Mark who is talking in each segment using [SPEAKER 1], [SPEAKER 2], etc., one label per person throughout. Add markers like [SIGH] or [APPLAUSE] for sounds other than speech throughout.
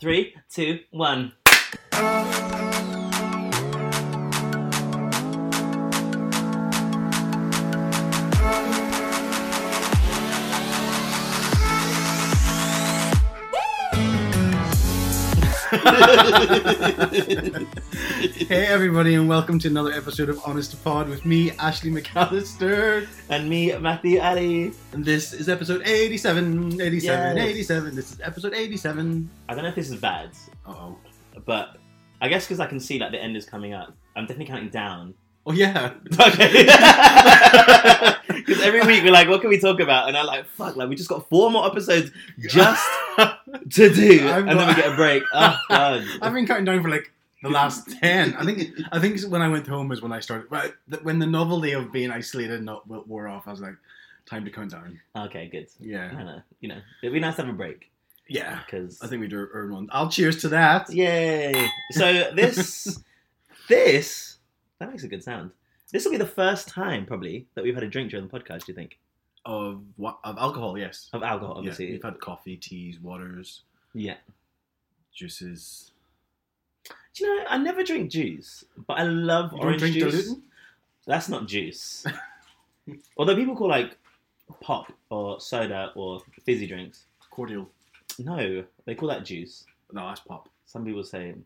[SPEAKER 1] Three, two, one.
[SPEAKER 2] Hey everybody, and welcome to another episode of Honest to Pod with me, Ashley McAllister,
[SPEAKER 1] And me, Matthew Ali.
[SPEAKER 2] and this is episode 87, 87,
[SPEAKER 1] Yes.
[SPEAKER 2] 87. This is episode 87.
[SPEAKER 1] I don't know if this is bad,
[SPEAKER 2] Oh,
[SPEAKER 1] but I guess because I can see like the end is coming up. I'm definitely counting down. [LAUGHS]
[SPEAKER 2] oh yeah.
[SPEAKER 1] Okay. [LAUGHS] Because every week we're like, what can we talk about? And I'm like, fuck, like we just got four more episodes just to do,
[SPEAKER 2] I'm
[SPEAKER 1] and then we
[SPEAKER 2] not-
[SPEAKER 1] get a break. Oh god.
[SPEAKER 2] [LAUGHS] I've been counting down for like the last ten. I think I think when I went home is when I started. But th- when the novelty of being isolated and not w- wore off, I was like, time to count down.
[SPEAKER 1] Okay, good. I
[SPEAKER 2] Yeah,
[SPEAKER 1] don't know. You know, it'd be nice to have a break
[SPEAKER 2] yeah.
[SPEAKER 1] because
[SPEAKER 2] I think we do earn one. I'll cheers to that.
[SPEAKER 1] Yay! So this, this that makes a good sound. This will be the first time probably that we've had a drink during the podcast. Do you think
[SPEAKER 2] Of what of alcohol? Yes.
[SPEAKER 1] of alcohol?
[SPEAKER 2] Yeah,
[SPEAKER 1] Obviously,
[SPEAKER 2] we've had coffee, teas, waters,
[SPEAKER 1] yeah.
[SPEAKER 2] juices.
[SPEAKER 1] Do you know I never drink juice, but I love
[SPEAKER 2] You don't
[SPEAKER 1] orange
[SPEAKER 2] drink
[SPEAKER 1] juice.
[SPEAKER 2] Diluted?
[SPEAKER 1] That's not
[SPEAKER 2] [LAUGHS]
[SPEAKER 1] juice. Although people call like pop or soda or fizzy drinks.
[SPEAKER 2] Cordial.
[SPEAKER 1] No, they call that juice.
[SPEAKER 2] No, that's pop.
[SPEAKER 1] Some people say. Do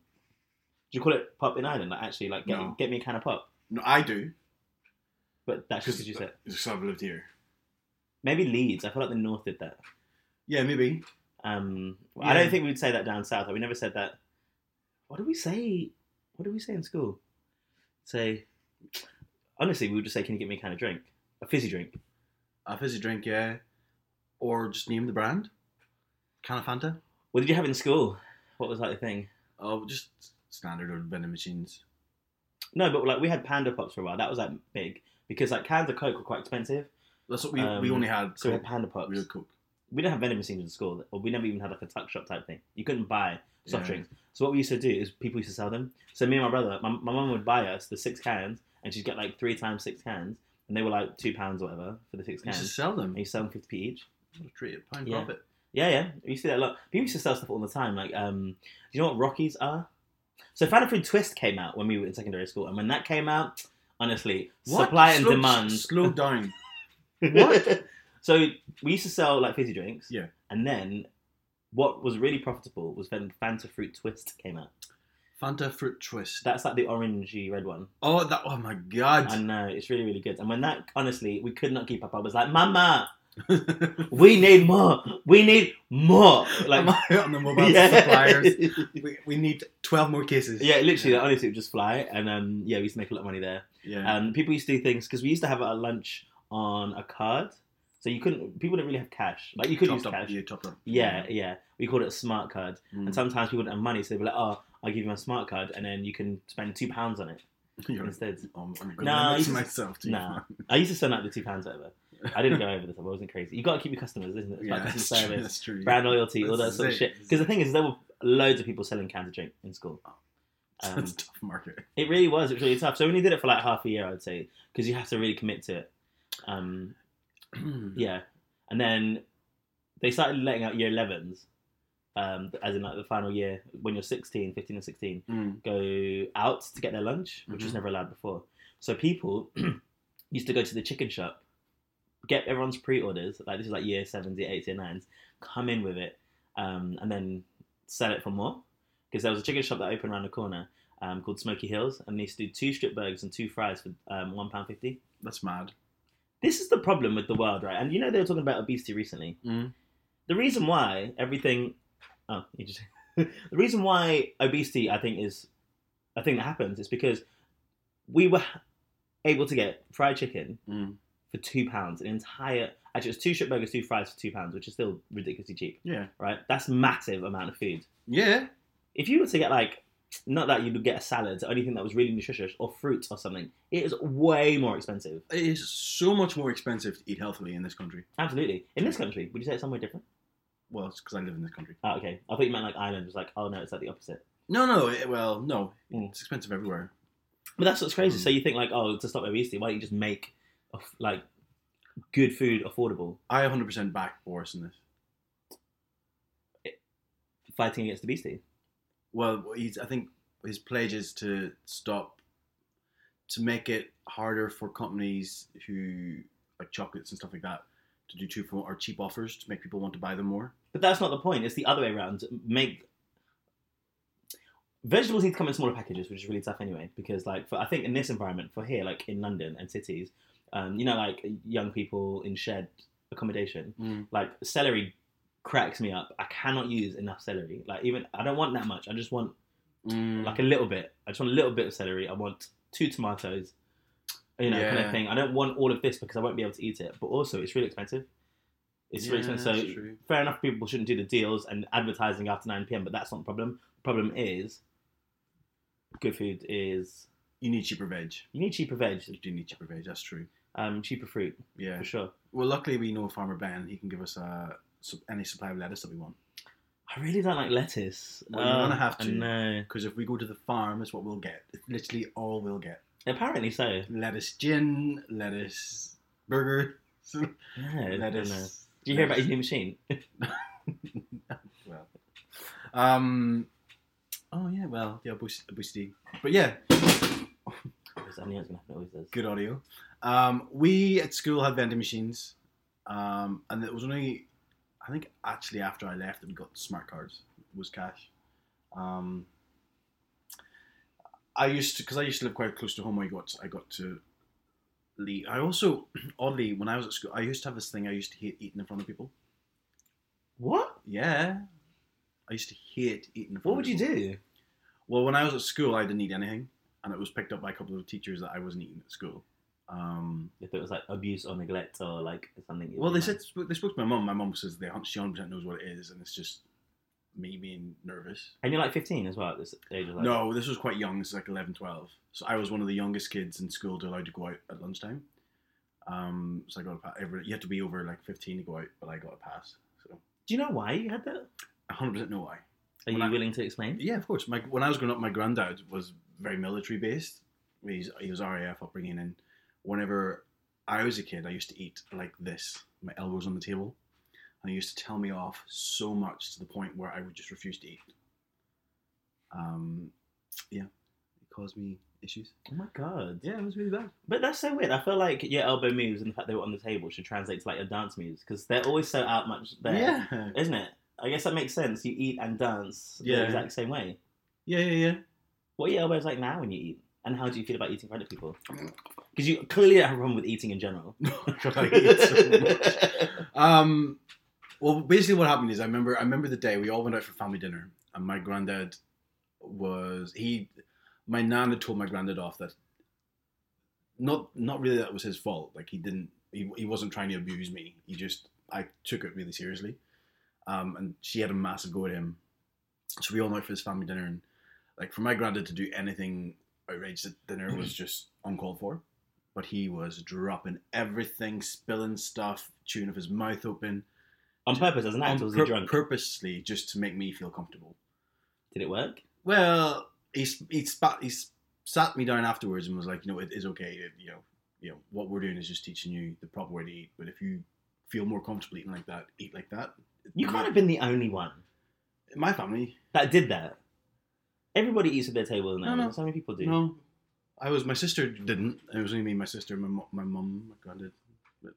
[SPEAKER 1] you call it pop in Ireland? Like actually, like get,
[SPEAKER 2] No.
[SPEAKER 1] get me a can of pop.
[SPEAKER 2] No, I do.
[SPEAKER 1] But that's just what you said.
[SPEAKER 2] Because I've lived here.
[SPEAKER 1] Maybe Leeds. I feel like the North did that.
[SPEAKER 2] Yeah, maybe.
[SPEAKER 1] Um, I don't
[SPEAKER 2] Yeah.
[SPEAKER 1] think we'd say that down south. Like, we never said that. What do we say? What do we say in school? Say, honestly, we would just say, "Can you get me a kind of drink, a fizzy drink?"
[SPEAKER 2] A fizzy drink, yeah. Or just name the brand. Can of Fanta.
[SPEAKER 1] What did you have in school? What was like the thing?
[SPEAKER 2] Oh, just standard or vending machines.
[SPEAKER 1] No, but like we had Panda Pops for a while. That was like big because like cans of Coke were quite expensive,
[SPEAKER 2] That's what we, we
[SPEAKER 1] Um,
[SPEAKER 2] only had.
[SPEAKER 1] so we had
[SPEAKER 2] Coke.
[SPEAKER 1] Panda Pops.
[SPEAKER 2] We had Coke.
[SPEAKER 1] we didn't have vending machines in school, or we never even had like a tuck shop type thing. You couldn't buy soft
[SPEAKER 2] Yeah.
[SPEAKER 1] drinks. So what we used to do is people used to sell them. So me and my brother, my my mum would buy us the six cans, and she'd get like three times six cans, and they were like two pounds or whatever for the six
[SPEAKER 2] You used to
[SPEAKER 1] cans.
[SPEAKER 2] sell them.
[SPEAKER 1] And you sell them fifty p each.
[SPEAKER 2] What a treat, a pound
[SPEAKER 1] Yeah.
[SPEAKER 2] profit.
[SPEAKER 1] Yeah, yeah. We used to do that a lot. People used to sell stuff all the time. Like, um, do you know what Rockies are? So Fanta Fruit Twist came out when we were in secondary school, and when that came out, honestly,
[SPEAKER 2] What?
[SPEAKER 1] supply and
[SPEAKER 2] Slow-
[SPEAKER 1] demand.
[SPEAKER 2] Slow
[SPEAKER 1] [LAUGHS]
[SPEAKER 2] down.
[SPEAKER 1] What? [LAUGHS] so we used to sell like fizzy drinks.
[SPEAKER 2] Yeah.
[SPEAKER 1] And then what was really profitable was when Fanta Fruit Twist came out.
[SPEAKER 2] Fanta fruit twist.
[SPEAKER 1] That's like the orangey red one.
[SPEAKER 2] oh, that. Oh my god.
[SPEAKER 1] I know, it's really, really good. And when that, honestly, we could not keep up. I was like,
[SPEAKER 2] [LAUGHS]
[SPEAKER 1] Mama, we need more. We need more.
[SPEAKER 2] [LAUGHS]
[SPEAKER 1] [LAUGHS]
[SPEAKER 2] Am
[SPEAKER 1] Like,
[SPEAKER 2] I out on the
[SPEAKER 1] [LAUGHS]
[SPEAKER 2] mobile suppliers? We, we need twelve more cases.
[SPEAKER 1] yeah, literally, like, honestly, it would just fly. And um, yeah, we used to make a lot of money there.
[SPEAKER 2] Yeah.
[SPEAKER 1] Um, people used to do things because we used to have our lunch on a card. So you couldn't, people didn't really have cash. Like, you could use
[SPEAKER 2] Topped up.
[SPEAKER 1] cash.
[SPEAKER 2] Yeah, topped up.
[SPEAKER 1] Yeah, yeah. We called it a smart card.
[SPEAKER 2] Mm.
[SPEAKER 1] And sometimes people didn't have money, so they'd be like, oh, I'll give you my smart card, and then you can spend two pounds on it
[SPEAKER 2] [LAUGHS] You're-
[SPEAKER 1] instead.
[SPEAKER 2] I'm, I'm
[SPEAKER 1] No,
[SPEAKER 2] gonna
[SPEAKER 1] you
[SPEAKER 2] limit
[SPEAKER 1] just-
[SPEAKER 2] myself. To
[SPEAKER 1] Nah.
[SPEAKER 2] [LAUGHS]
[SPEAKER 1] I used to spend like the two pounds over. I didn't go over the top, I wasn't crazy. you got to keep your customers, isn't it? It's
[SPEAKER 2] Yeah,
[SPEAKER 1] about
[SPEAKER 2] [LAUGHS] that's
[SPEAKER 1] customer
[SPEAKER 2] true.
[SPEAKER 1] service,
[SPEAKER 2] That's true.
[SPEAKER 1] brand loyalty, all that
[SPEAKER 2] [LAUGHS] That's
[SPEAKER 1] sort of
[SPEAKER 2] it.
[SPEAKER 1] shit. Because the thing is, there were loads of people selling cans of drink in school.
[SPEAKER 2] Oh. [LAUGHS]
[SPEAKER 1] Um,
[SPEAKER 2] That's a tough market.
[SPEAKER 1] [CLEARS THROAT] it really was, it was really tough. So we only did it for like half a year, I'd say, because you have to really commit to it. Um,
[SPEAKER 2] Hmm.
[SPEAKER 1] yeah. And then they started letting out year 11s, um, as in like the final year, when you're 16, 15 and 16.
[SPEAKER 2] Mm.
[SPEAKER 1] go out to get their lunch, which was
[SPEAKER 2] Mhm.
[SPEAKER 1] never allowed before. So people [CLEARS THROAT] used to go to the chicken shop, get everyone's pre-orders. Like this is like year sevens, year eights, year nines. Come in with it, um, and then sell it for more. Because there was a chicken shop that opened around the corner um, called Smoky Hills, and they used to do two strip burgers and two fries for um, one pound fifty.
[SPEAKER 2] That's mad.
[SPEAKER 1] This is the problem with the world, right? And you know they were talking about obesity recently.
[SPEAKER 2] Mm.
[SPEAKER 1] The reason why everything, oh, you just, [LAUGHS] the reason why obesity, I think, is a thing that happens is because we were able to get fried chicken
[SPEAKER 2] Mm.
[SPEAKER 1] for two pounds, an entire actually it's two strip burgers, two fries for two pounds, which is still ridiculously cheap,
[SPEAKER 2] Yeah.
[SPEAKER 1] right? That's massive amount of food.
[SPEAKER 2] Yeah.
[SPEAKER 1] If you were to get like, not that you would get a salad or anything that was really nutritious or fruit or something, it is way more expensive.
[SPEAKER 2] It is so much more expensive to eat healthily in this country.
[SPEAKER 1] Absolutely. In this country, would you say it's somewhere different?
[SPEAKER 2] Well, it's because I live in this country.
[SPEAKER 1] Oh, okay. I thought you meant like Ireland. It was like, oh no, it's like the opposite.
[SPEAKER 2] No, no. It, well, no.
[SPEAKER 1] Mm.
[SPEAKER 2] It's expensive everywhere.
[SPEAKER 1] But that's what's crazy.
[SPEAKER 2] Mm.
[SPEAKER 1] So you think like, oh, to stop obesity, why don't you just make aff- like good food affordable?
[SPEAKER 2] I 100% back Boris in this.
[SPEAKER 1] fighting against the beastie.
[SPEAKER 2] Well, he's, I think his pledge is to stop, to make it harder for companies who like chocolates and stuff like that to do two for or cheap offers to make people want to buy them more.
[SPEAKER 1] But that's not the point. It's the other way around. Make vegetables need to come in smaller packages, which is really tough anyway. Because like, for, I think in this environment, for here, like in London and cities, um, you know, like young people in shared accommodation,
[SPEAKER 2] Mm.
[SPEAKER 1] like celery cracks me up. I cannot use enough celery. Like even I don't want that much. I just want like a little bit. I just want a little bit of celery. I want two tomatoes, you know, kind
[SPEAKER 2] Yeah.
[SPEAKER 1] of thing. I don't want all of this because I won't be able to eat it. But also, it's really expensive. It's really expensive. So fair enough, people shouldn't do the deals and advertising after 9 p.m., but that's not the problem. The problem is good food is
[SPEAKER 2] You need cheaper veg.
[SPEAKER 1] you need cheaper veg,
[SPEAKER 2] You do need cheaper veg. That's true.
[SPEAKER 1] um, cheaper fruit
[SPEAKER 2] Yeah.
[SPEAKER 1] for sure.
[SPEAKER 2] Well, luckily we know Farmer Ben. He can give us uh, sup- any supply of lettuce that we want.
[SPEAKER 1] I really don't like lettuce.
[SPEAKER 2] Well, you're gonna
[SPEAKER 1] Um,
[SPEAKER 2] have
[SPEAKER 1] I
[SPEAKER 2] to.
[SPEAKER 1] know.
[SPEAKER 2] Because if we go to the farm, it's what we'll get. It's literally all we'll get:
[SPEAKER 1] Apparently so.
[SPEAKER 2] lettuce gin, lettuce burger, [LAUGHS]
[SPEAKER 1] Yeah, I don't know.
[SPEAKER 2] lettuce.
[SPEAKER 1] Do you hear about his new machine?
[SPEAKER 2] Well, um, oh yeah, well, yeah, obus- obesity, but yeah,
[SPEAKER 1] Because I knew it was gonna happen. It always does.
[SPEAKER 2] good audio. Um, we at school had vending machines, um, and it was only, I think, actually after I left that we got smart cards. It was cash. Um, I used to, because I used to live quite close to home. I got, I got to leave. I also, [CLEARS THROAT] oddly, when I was at school, I used to have this thing. I used to hate eating in front of people.
[SPEAKER 1] What?
[SPEAKER 2] Yeah, I used to hate eating. In front
[SPEAKER 1] What
[SPEAKER 2] of
[SPEAKER 1] would you
[SPEAKER 2] people.
[SPEAKER 1] do?
[SPEAKER 2] Well, when I was at school, I didn't eat anything, and it was picked up by a couple of teachers that I wasn't eating at school. Um,
[SPEAKER 1] If it was like abuse or neglect or like something. you
[SPEAKER 2] well, they
[SPEAKER 1] didn't
[SPEAKER 2] said they spoke to my mum. My mum says they she 100 knows what it is, and it's just me being nervous.
[SPEAKER 1] like. And you're like 15 as well at this age. Of like,
[SPEAKER 2] No, this was quite young. This is like 11, 12. So I was one of the youngest kids in school to allowed to go out at lunchtime. Um, so I got a pass. You had to be over like 15 to go out, but I got a pass. So
[SPEAKER 1] Do you know why you had that? Are
[SPEAKER 2] 100% know why.
[SPEAKER 1] you
[SPEAKER 2] Well, I-
[SPEAKER 1] willing to explain?
[SPEAKER 2] Yeah, of course. My when I was growing up, my granddad was very military based. He's, he was RAF upbringing, and whenever I was a kid, I used to eat like this, my elbows on the table, and he used to tell me off so much to the point where I would just refuse to eat. Um, yeah, it caused me issues.
[SPEAKER 1] Oh my god.
[SPEAKER 2] Yeah, it was really bad.
[SPEAKER 1] But that's so weird. I feel like your elbow moves and the fact they were on the table should translate to like your dance moves because they're always so out much there,
[SPEAKER 2] Yeah,
[SPEAKER 1] not it? I guess that makes sense. You eat and dance
[SPEAKER 2] Yeah.
[SPEAKER 1] the exact same way.
[SPEAKER 2] [LAUGHS] yeah, yeah, [LAUGHS] yeah.
[SPEAKER 1] What are your elbows like now when you eat? And how do you feel about eating in front of people? Because you clearly have a problem with eating in general.
[SPEAKER 2] God, Mm. [LAUGHS] I hate it so much. Um, well, basically, what happened is I remember I remember the day we all went out for family dinner, and my granddad was he, my nan had told my granddad off that. Not not really that was his fault. Like he didn't he, he wasn't trying to abuse me. He just I took it really seriously, um, and she had a massive go at him. So we all went out for this family dinner, and like for my granddad to do anything outrageous at dinner was just uncalled for but he was dropping everything, spilling stuff, chewing of his mouth open,
[SPEAKER 1] [LAUGHS] on purpose, as an
[SPEAKER 2] on
[SPEAKER 1] actor, was he
[SPEAKER 2] pur-
[SPEAKER 1] drunk?
[SPEAKER 2] purposely just to make me feel comfortable.
[SPEAKER 1] Did it work?
[SPEAKER 2] Well, he s- he spat he s- sat me down afterwards and was like, you know, it is okay. It, you know, you know what we're doing is just teaching you the proper way to eat. But if you feel more comfortable eating like that, eat like that.
[SPEAKER 1] You can't have been the only one
[SPEAKER 2] In my family,
[SPEAKER 1] that did that. Everybody eats at their table now.
[SPEAKER 2] No, no.
[SPEAKER 1] So many people do.
[SPEAKER 2] no. I was my sister didn't. It was only me, and my sister, my mo- my mum, my granddad. But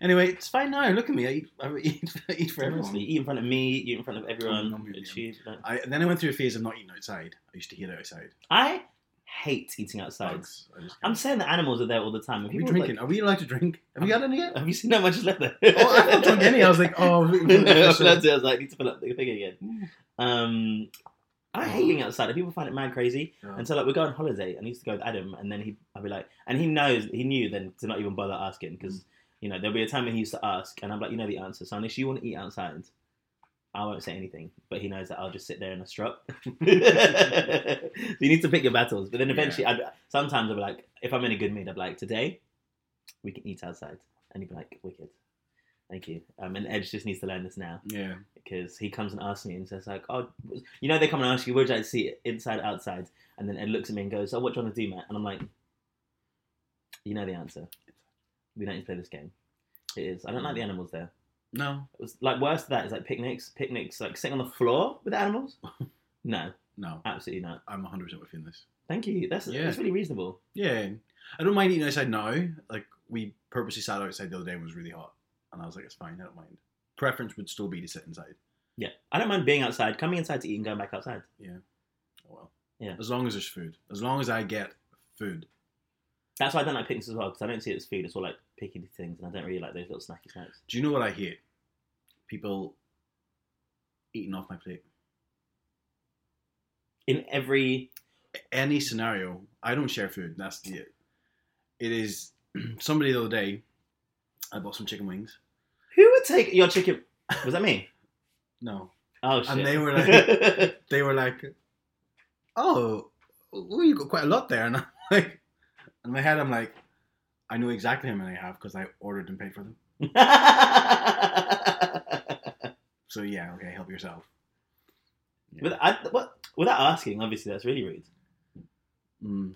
[SPEAKER 2] anyway, it's fine now. Look at me. I eat. [LAUGHS] I eat. I eat for everyone.
[SPEAKER 1] Honestly, eat in front of me, you eat in front of everyone.
[SPEAKER 2] I'm with you.
[SPEAKER 1] achieve that.
[SPEAKER 2] I then I went through a phase of not eating outside. I used to hate it outside.
[SPEAKER 1] I hate eating outside.
[SPEAKER 2] Bugs. I just
[SPEAKER 1] I'm
[SPEAKER 2] can't.
[SPEAKER 1] saying the animals are there all the time.
[SPEAKER 2] Are
[SPEAKER 1] and
[SPEAKER 2] we
[SPEAKER 1] people are
[SPEAKER 2] drinking?
[SPEAKER 1] like,
[SPEAKER 2] Are we allowed to drink? Have we got any yet? [LAUGHS]
[SPEAKER 1] Have you seen how much is left there?
[SPEAKER 2] oh, I've not drunk any. I was like,
[SPEAKER 1] [LAUGHS]
[SPEAKER 2] oh, we- we-
[SPEAKER 1] no, I was [LAUGHS]
[SPEAKER 2] so-
[SPEAKER 1] allowed to. I was like, I need to fill up the thing again. Um, I hate
[SPEAKER 2] Oh.
[SPEAKER 1] eating outside. People find it mad crazy.
[SPEAKER 2] Yeah.
[SPEAKER 1] And so like we go on holiday, and I used to go with Adam, and then he, I'd be like, and he knows, he knew then to not even bother asking because you know there'll be a time when he used to ask, and I'm like, you know the answer. So unless you want to eat outside, I won't say anything. But he knows that I'll just sit there and I strut. [LAUGHS] so you need to pick your battles. But then eventually, I'd, sometimes I'll be like, if I'm in a good mood, I'll be like, today we can eat outside, and he'd be like, wicked. Thank you. Um, and Edge just needs to learn this now
[SPEAKER 2] yeah.
[SPEAKER 1] because he comes and asks me and says like, "Oh, you know they come and ask you, would you like to see it inside, outside?" And then Ed looks at me and goes, "Oh, what do you want to do, Matt?" And I'm like, "You know the answer. We don't need to play this game. It is. I don't like the animals there.
[SPEAKER 2] No,
[SPEAKER 1] It was like worse than that is like picnics, picnics like sitting on the floor with animals. [LAUGHS] No,
[SPEAKER 2] no,
[SPEAKER 1] absolutely not.
[SPEAKER 2] I'm 100 percent with you in this.
[SPEAKER 1] Thank you. That's
[SPEAKER 2] Yeah.
[SPEAKER 1] that's really reasonable.
[SPEAKER 2] Yeah, I don't mind eating outside now. Like we purposely sat outside the other day and it was really hot, and I was like, it's fine. I don't mind. Preference would still be to sit inside.
[SPEAKER 1] Yeah, I don't mind being outside, coming inside to eat and going back outside.
[SPEAKER 2] Oh well.
[SPEAKER 1] Yeah.
[SPEAKER 2] As long as there's food. As long as I get food.
[SPEAKER 1] That's why I don't like picnics as well because I don't see it as food. It's all like picky things, and I don't really like those little snacky snacks.
[SPEAKER 2] Do you know what I hate? People eating off my plate.
[SPEAKER 1] In every
[SPEAKER 2] any scenario, I don't share food. That's the It is [CLEARS THROAT] somebody the other day. I bought some chicken wings.
[SPEAKER 1] who would take your chicken? Was that me?
[SPEAKER 2] No,
[SPEAKER 1] Oh shit! [LAUGHS]
[SPEAKER 2] and they were like, they were like, oh, well, you got quite a lot there, and I'm [LAUGHS] like, in my head, I'm like, I know exactly how many I have because I ordered and paid for them. So yeah, okay, help yourself. Yeah.
[SPEAKER 1] With- I- what- without asking, obviously that's really rude.
[SPEAKER 2] Mm.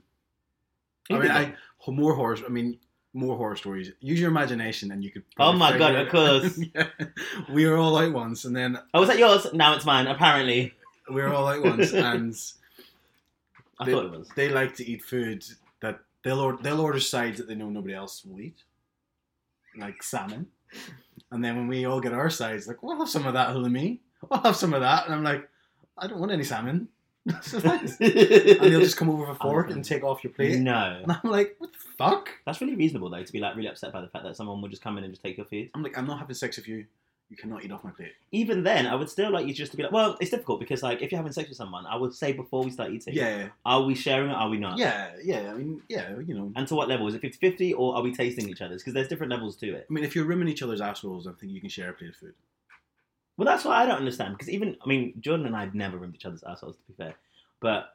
[SPEAKER 2] I mean, I more horror. I mean, more horror stories. Use your imagination, and you could.
[SPEAKER 1] Oh
[SPEAKER 2] probably
[SPEAKER 1] my God,
[SPEAKER 2] figure
[SPEAKER 1] of
[SPEAKER 2] it-
[SPEAKER 1] course.
[SPEAKER 2] [LAUGHS] Yeah. We were all out once, and then
[SPEAKER 1] oh, was that yours? Now it's mine. Apparently,
[SPEAKER 2] we were all
[SPEAKER 1] [LAUGHS]
[SPEAKER 2] out once, and
[SPEAKER 1] I
[SPEAKER 2] They-
[SPEAKER 1] thought it was.
[SPEAKER 2] they like to eat food that they'll order, they'll order sides that they know nobody else will eat, like salmon. And then when we all get our sides, like we'll have some of that, Hulami. We'll have some of that, and I'm like, I don't want any salmon. [LAUGHS] and
[SPEAKER 1] [LAUGHS]
[SPEAKER 2] they'll just come over with a fork and take off your plate,
[SPEAKER 1] no,
[SPEAKER 2] and I'm like, what the fuck?
[SPEAKER 1] that's really reasonable though to be like really upset by the fact that someone will just come in and just take your food.
[SPEAKER 2] I'm like, I'm not having sex with you. You cannot eat off my plate.
[SPEAKER 1] Even then, I would still like you just to be like, well, it's difficult because like if you're having sex with someone, I would say before we start eating,
[SPEAKER 2] Yeah,
[SPEAKER 1] are we sharing it? Are we not?
[SPEAKER 2] yeah, yeah. I mean, yeah, you know.
[SPEAKER 1] And to what level is it 50-50 or are we tasting each other's? Because there's different levels to it.
[SPEAKER 2] I mean, if you're rimming each other's assholes, I think you can share a plate of food.
[SPEAKER 1] Well, that's what I don't understand. Because even, I mean, Jordan and I have never rimmed each other's assholes, to be fair. But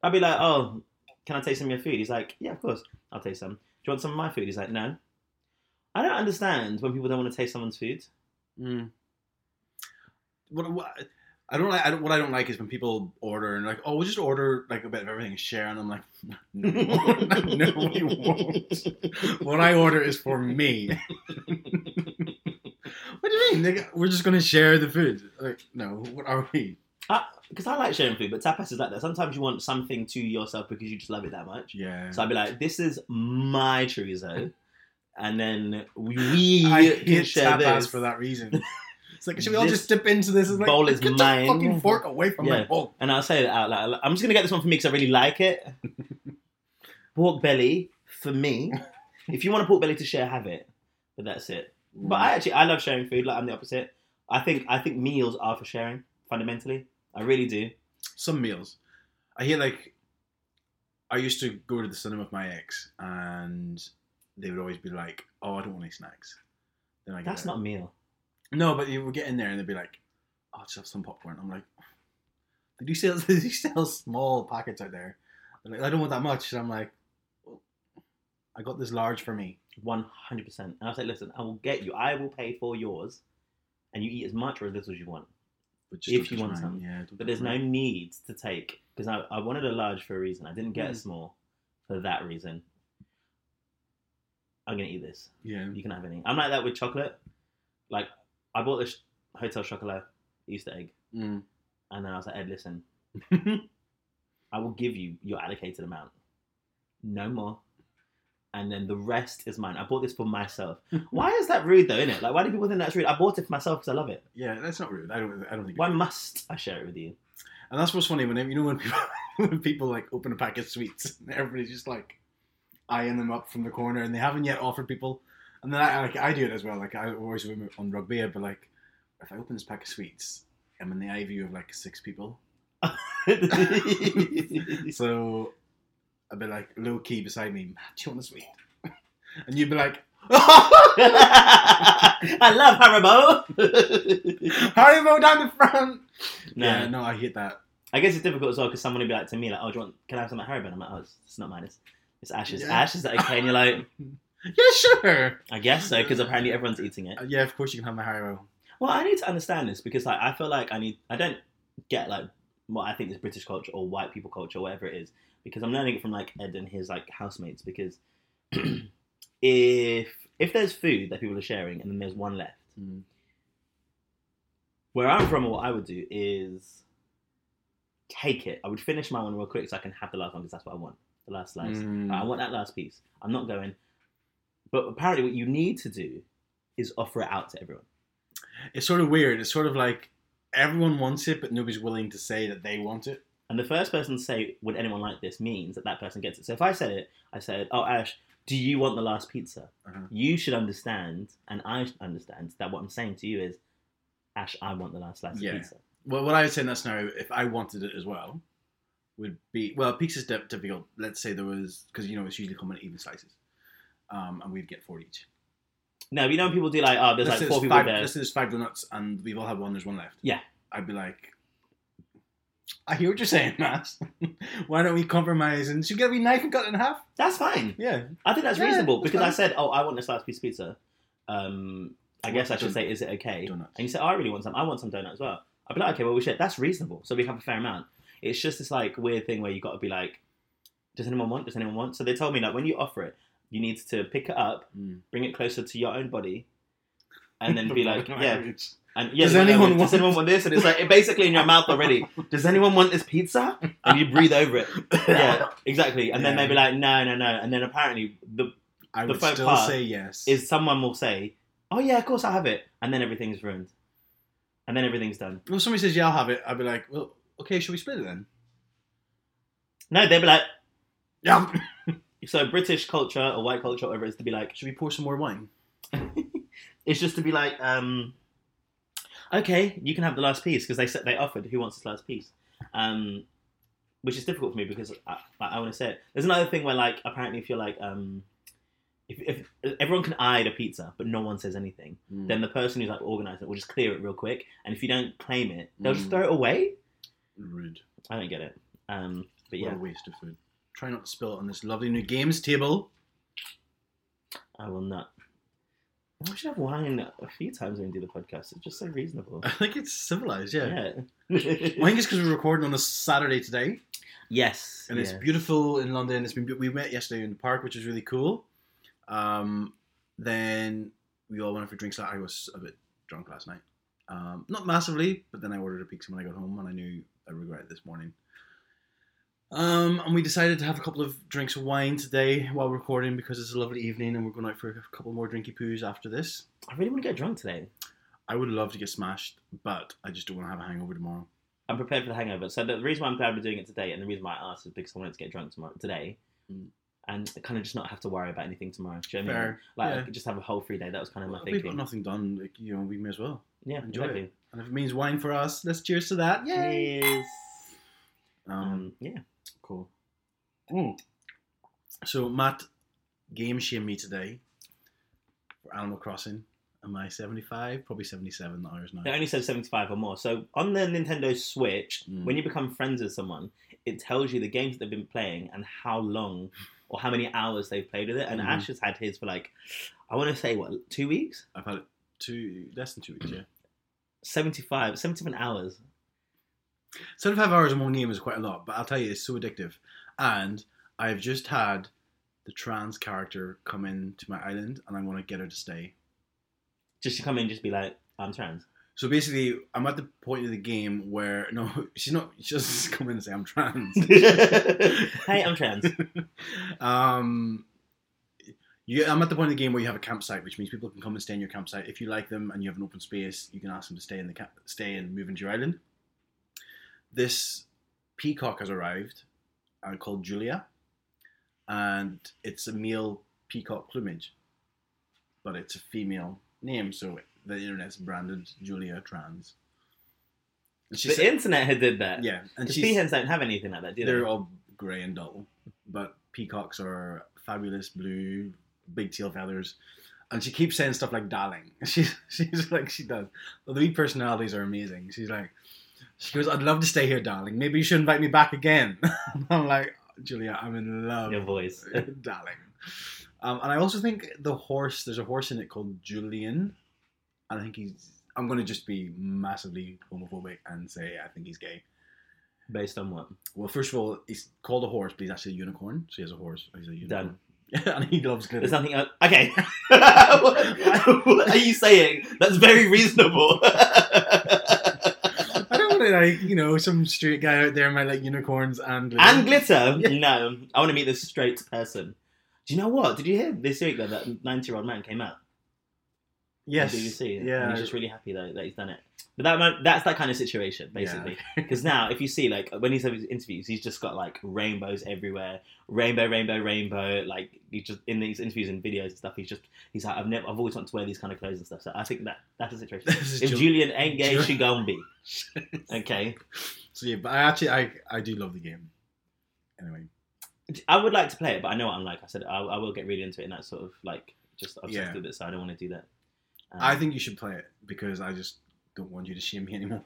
[SPEAKER 1] I'd be like, oh, can I taste some of your food? He's like, yeah, of course. I'll taste some. Do you want some of my food? He's like, no. I don't understand when people don't want to taste someone's food.
[SPEAKER 2] Mm. What, what I don't like, I don't, what I don't like is when people order and like, oh, we'll just order like a bit of everything and share, and I'm like, [LAUGHS] no, no, we won't. What I order is for me. [LAUGHS] what do you mean? Like, we're just gonna share the food? Like, no, what are we?
[SPEAKER 1] Because I like sharing food, but tapas is like that. Sometimes you want something to yourself because you just love it that much.
[SPEAKER 2] Yeah.
[SPEAKER 1] So I'd be like, this is my chorizo. And then we, we
[SPEAKER 2] I
[SPEAKER 1] can
[SPEAKER 2] hate
[SPEAKER 1] share
[SPEAKER 2] tapas
[SPEAKER 1] this.
[SPEAKER 2] for
[SPEAKER 1] [LAUGHS]
[SPEAKER 2] that reason. It's like, should we all
[SPEAKER 1] This
[SPEAKER 2] just dip into this? It's like,
[SPEAKER 1] bowl is
[SPEAKER 2] get the
[SPEAKER 1] mine.
[SPEAKER 2] fucking fork away from my
[SPEAKER 1] Yeah.
[SPEAKER 2] bowl.
[SPEAKER 1] And I'll say it out loud. I'm just gonna get this one for me because I really like it. pork belly for me. If you want a pork belly to share, have it. But that's it. But I actually I love sharing food. Like I'm the opposite. I think I think meals are for sharing fundamentally. I really do.
[SPEAKER 2] some meals. I hear like I used to go to the cinema with my ex, and they would always be like, "Oh, I don't want any snacks." Then I get
[SPEAKER 1] That's
[SPEAKER 2] there.
[SPEAKER 1] not a meal.
[SPEAKER 2] no, but you would get in there and they'd be like, "I'll just have some popcorn." I'm like, "They do sell, [LAUGHS] they do sell small packets out there." They're like, "I don't want that much," and I'm like, "Well, "I got this large for me."
[SPEAKER 1] One hundred percent. And I say, listen, I will get you. I will pay for yours, and you eat as much or as little as you want.
[SPEAKER 2] But
[SPEAKER 1] If
[SPEAKER 2] don't
[SPEAKER 1] you
[SPEAKER 2] touch
[SPEAKER 1] want
[SPEAKER 2] mine.
[SPEAKER 1] some.
[SPEAKER 2] yeah. don't
[SPEAKER 1] But
[SPEAKER 2] touch
[SPEAKER 1] there's no
[SPEAKER 2] mine.
[SPEAKER 1] need to take because I, I wanted a large for a reason. I didn't get a
[SPEAKER 2] Mm.
[SPEAKER 1] small for that reason. I'm gonna eat this.
[SPEAKER 2] Yeah.
[SPEAKER 1] You can have any. I'm like that with chocolate. Like I bought this hotel chocolate Easter egg,
[SPEAKER 2] Mm.
[SPEAKER 1] and then I was like, Ed, listen, I will give you your allocated amount, no more, and then the rest is mine. I bought this for myself. why is that rude though? Innit? Like why do people think that's rude? I bought it for myself because I love it.
[SPEAKER 2] yeah, that's not rude. I don't. I don't think.
[SPEAKER 1] Why must I share it with you? [LAUGHS]
[SPEAKER 2] And that's what's funny when you know when people, [LAUGHS] when people like open a pack of sweets, and everybody's just like eyeing them up from the corner, and they haven't yet offered people. And then I like I do it as well. Like I always remember on rugby, I'd be like, if I open this pack of sweets, I'm in the eye view of like six people, so I'd be like low key beside me. Matt, do you want a sweet? [LAUGHS] And you'd be like, [LAUGHS]
[SPEAKER 1] I love Haribo. [LAUGHS]
[SPEAKER 2] Haribo down the front.
[SPEAKER 1] no,
[SPEAKER 2] Yeah, no, I hate that.
[SPEAKER 1] I guess it's difficult as well because someone would be like to me, like, "Oh, do you want? Can I have some at Haribo?" And I'm like, "Oh, it's, it's not mine. It's, it's Ash's.
[SPEAKER 2] Yeah.
[SPEAKER 1] Ash is that okay?" And you're like,
[SPEAKER 2] Yeah, sure.
[SPEAKER 1] "I guess so," because apparently everyone's eating it.
[SPEAKER 2] Uh, Yeah, of course you can have my Haribo.
[SPEAKER 1] Well, I need to understand this because like I feel like I need. I don't get like what I think is British culture or white people culture, whatever it is, because I'm learning it from like Ed and his like housemates. [CLEARS THROAT] Because if if there's food that people are sharing and then there's one left,
[SPEAKER 2] Mm.
[SPEAKER 1] Where I'm from, and what I would do is take it. I would finish my one real quick so I can have the last one because that's what I want. The last slice.
[SPEAKER 2] Mm.
[SPEAKER 1] I want that last piece. I'm not going. But apparently, what you need to do is offer it out to everyone.
[SPEAKER 2] It's sort of weird. It's sort of like everyone wants it, but nobody's willing to say that they want it.
[SPEAKER 1] And the first person to say, "Would anyone like this?" means that that person gets it. So if I said it, I said, "Oh, Ash, do you want the last pizza?"
[SPEAKER 2] Uh-huh.
[SPEAKER 1] You should understand, and I should understand that what I'm saying to you is, "Ash, I want the last slice
[SPEAKER 2] Yeah.
[SPEAKER 1] of pizza."
[SPEAKER 2] Well, what I would say in that scenario, if I wanted it as well, would be well, pizza's di- difficult. Let's say there was because you know it's usually common even slices, um, and we'd get four each.
[SPEAKER 1] No, you know when people do like, "Oh, there's
[SPEAKER 2] let's say
[SPEAKER 1] like four people
[SPEAKER 2] five,
[SPEAKER 1] there."
[SPEAKER 2] Let's say there's five donuts, and we've all had one. There's one left.
[SPEAKER 1] Yeah.
[SPEAKER 2] I'd be like, I hear what you're saying, Max. [LAUGHS] Why don't we compromise and should get me knife and cut it in half?
[SPEAKER 1] That's fine.
[SPEAKER 2] Yeah.
[SPEAKER 1] I think that's
[SPEAKER 2] Yeah,
[SPEAKER 1] reasonable
[SPEAKER 2] that's
[SPEAKER 1] because I
[SPEAKER 2] fine.
[SPEAKER 1] said, "Oh, I want this last piece of pizza." Um, I
[SPEAKER 2] What
[SPEAKER 1] guess I should
[SPEAKER 2] don't-
[SPEAKER 1] say, "Is it okay?"
[SPEAKER 2] Donuts.
[SPEAKER 1] And you say, oh, I really want some. I want some donut as well. I'd be like, okay, well, we should. That's reasonable. So we have a fair amount. It's just this like weird thing where you got to be like, does anyone want? Does anyone want? So they told me like when you offer it, you need to pick it up,
[SPEAKER 2] Mm.
[SPEAKER 1] bring it closer to your own body, and then
[SPEAKER 2] [LAUGHS]
[SPEAKER 1] be like, yeah, and yeah.
[SPEAKER 2] Does
[SPEAKER 1] you know,
[SPEAKER 2] anyone
[SPEAKER 1] does
[SPEAKER 2] want-
[SPEAKER 1] anyone want this? And it's like basically in your mouth already. Does anyone want this pizza? And you breathe over
[SPEAKER 2] [LAUGHS]
[SPEAKER 1] it. Yeah, exactly. And then
[SPEAKER 2] Yeah.
[SPEAKER 1] they'd be like, no, no, no. And then apparently the
[SPEAKER 2] I
[SPEAKER 1] The
[SPEAKER 2] would
[SPEAKER 1] faux
[SPEAKER 2] still
[SPEAKER 1] pas
[SPEAKER 2] say yes.
[SPEAKER 1] is someone will say, oh yeah, of course I have it, and then everything's ruined, and then everything's done.
[SPEAKER 2] Well, somebody says, yeah, I'll have it. I'd be like, well, okay, should we split it then?
[SPEAKER 1] No, they'd be like,
[SPEAKER 2] [LAUGHS] Yeah.
[SPEAKER 1] so British culture or white culture, whatever, is to be like,
[SPEAKER 2] Should we pour some more wine?
[SPEAKER 1] it's just to be like, um, okay, you can have the last piece because they said they offered who wants this last piece, um, which is difficult for me because I, I want to say it. There's another thing where like apparently if you're like, um, if, if everyone can eye the pizza but no one says anything,
[SPEAKER 2] Hmm.
[SPEAKER 1] then the person who's like organising it will just clear it real quick, and if you don't claim it, they'll just
[SPEAKER 2] Mm.
[SPEAKER 1] throw it away.
[SPEAKER 2] Rude.
[SPEAKER 1] I don't get it, um, but
[SPEAKER 2] What
[SPEAKER 1] yeah,
[SPEAKER 2] a waste of food. Try not to spill it on this lovely new games table. [LAUGHS]
[SPEAKER 1] I will not. I should have wine a few times when we do the podcast. It's just so reasonable.
[SPEAKER 2] I think it's civilized, [LAUGHS] yeah.
[SPEAKER 1] Yeah.
[SPEAKER 2] I
[SPEAKER 1] [LAUGHS]
[SPEAKER 2] think it's because we're recording on a Saturday today,
[SPEAKER 1] yes.
[SPEAKER 2] and it's
[SPEAKER 1] yeah.
[SPEAKER 2] beautiful in London. It's been be- we met yesterday in the park, which was really cool. Um, then we all went out for drinks. I was a bit drunk last night, um, not massively, but then I ordered a pizza when I got home, and I knew I regretted this morning. Um, and we decided to have a couple of drinks of wine today while recording because it's a lovely evening, and we're going out for a couple more drinky poos after this.
[SPEAKER 1] I really want to get drunk today.
[SPEAKER 2] I would love to get smashed, but I just don't want to have a hangover tomorrow.
[SPEAKER 1] I'm prepared for the hangover. So the reason why I'm glad we're doing it today, and the reason why I asked is because I wanted to get drunk tomorrow today,
[SPEAKER 2] Mm.
[SPEAKER 1] and kind of just not have to worry about anything tomorrow. Do you know what I mean?
[SPEAKER 2] Fair,
[SPEAKER 1] Like
[SPEAKER 2] yeah.
[SPEAKER 1] I could just have a whole free day. That was kind of my
[SPEAKER 2] Well, we've got
[SPEAKER 1] thinking.
[SPEAKER 2] nothing done. Like, you know, we may as well.
[SPEAKER 1] yeah,
[SPEAKER 2] enjoy
[SPEAKER 1] exactly.
[SPEAKER 2] And if it means wine for us, let's cheers to that. Yay!
[SPEAKER 1] Yes.
[SPEAKER 2] Um,
[SPEAKER 1] Um, yeah.
[SPEAKER 2] cool. Hmm. So Matt game shamed me today for Animal Crossing. Am I 75? Probably 77 hours now.
[SPEAKER 1] They only said 75 or more. So on the Nintendo Switch,
[SPEAKER 2] Mm.
[SPEAKER 1] when you become friends with someone, it tells you the games that they've been playing and how long or how many hours they've played with it. And
[SPEAKER 2] Mhm.
[SPEAKER 1] Ash has had his for like, I want to say, what, two weeks?
[SPEAKER 2] I've had it two less than two weeks, yeah.
[SPEAKER 1] 75, 77 hours.
[SPEAKER 2] 75 hours in one game is quite a lot, but I'll tell you, it's so addictive. And I've just had the trans character come in to my island, and I want to get her to stay.
[SPEAKER 1] Just to come in and just be like, I'm
[SPEAKER 2] [LAUGHS]
[SPEAKER 1] trans.
[SPEAKER 2] So basically, I'm at the point of the game where no, [LAUGHS] she's not. She doesn't come in and say
[SPEAKER 1] [LAUGHS]
[SPEAKER 2] I'm trans.
[SPEAKER 1] hey, I'm trans.
[SPEAKER 2] [LAUGHS] um, you, I'm at the point of the game where you have a campsite, which means people can come and stay in your campsite if you like them, and you have an open space. You can ask them to stay in the camp, stay and move into your island. This peacock has arrived, uh, called Julia, and it's a male peacock plumage, but it's a female name, so the internet's branded Julia Trans. And she
[SPEAKER 1] the
[SPEAKER 2] said-
[SPEAKER 1] internet had did that.
[SPEAKER 2] yeah, and
[SPEAKER 1] Because
[SPEAKER 2] she's-
[SPEAKER 1] peahens don't have anything like that, do
[SPEAKER 2] they're
[SPEAKER 1] they?
[SPEAKER 2] all grey and dull, but peacocks are fabulous blue, big tail feathers. And she keeps saying stuff like "darling." [LAUGHS] She's she's like she does. Well, the wee personalities are amazing. She's like, she goes, "I'd love to stay here, darling. Maybe you should invite me back again." [LAUGHS] I'm like, Julia, I'm in love,
[SPEAKER 1] Your voice.
[SPEAKER 2] [LAUGHS] darling. Um, and I also think the horse. There's a horse in it called Julian, and I think he's. I'm going to just be massively homophobic and say I think he's gay.
[SPEAKER 1] Based on what?
[SPEAKER 2] Well, first of all, he's called a horse, but he's actually a unicorn. [LAUGHS] So he has a horse. He's a unicorn.
[SPEAKER 1] Done.
[SPEAKER 2] and he loves glitter.
[SPEAKER 1] There's nothing else. Okay. [LAUGHS] what, what are you saying? That's very
[SPEAKER 2] [LAUGHS]
[SPEAKER 1] reasonable.
[SPEAKER 2] I don't want to like you know some straight guy out there might like unicorns and glitter.
[SPEAKER 1] and glitter? No. I want to meet this straight person. Do you know what? Did you hear this week that that 90 year old man came out?
[SPEAKER 2] yes,
[SPEAKER 1] Do you see? And
[SPEAKER 2] yeah, [LAUGHS]
[SPEAKER 1] he's just really happy though that he's done it. But that man, that's that kind of situation basically. Because now, if you see like when he's having his interviews, he's just got like rainbows everywhere, rainbow, rainbow, rainbow. Like he just in these interviews and videos and stuff, he's just he's like I've never I've always wanted to wear these kind of clothes and stuff. So I think that that's the situation.
[SPEAKER 2] This is
[SPEAKER 1] if
[SPEAKER 2] Jul-
[SPEAKER 1] Julian ain't gay,
[SPEAKER 2] Jul-
[SPEAKER 1] she gonna
[SPEAKER 2] [LAUGHS]
[SPEAKER 1] be. Okay,
[SPEAKER 2] so yeah, but I actually I I do love the game. Anyway,
[SPEAKER 1] I would like to play it, but I know what I'm like. I said I, I will get really into it in that sort of like just obsessed
[SPEAKER 2] Yeah.
[SPEAKER 1] with it. So I don't want to do that. Um,
[SPEAKER 2] I think you should play it because I just don't want you to shame
[SPEAKER 1] [LAUGHS]
[SPEAKER 2] me anymore.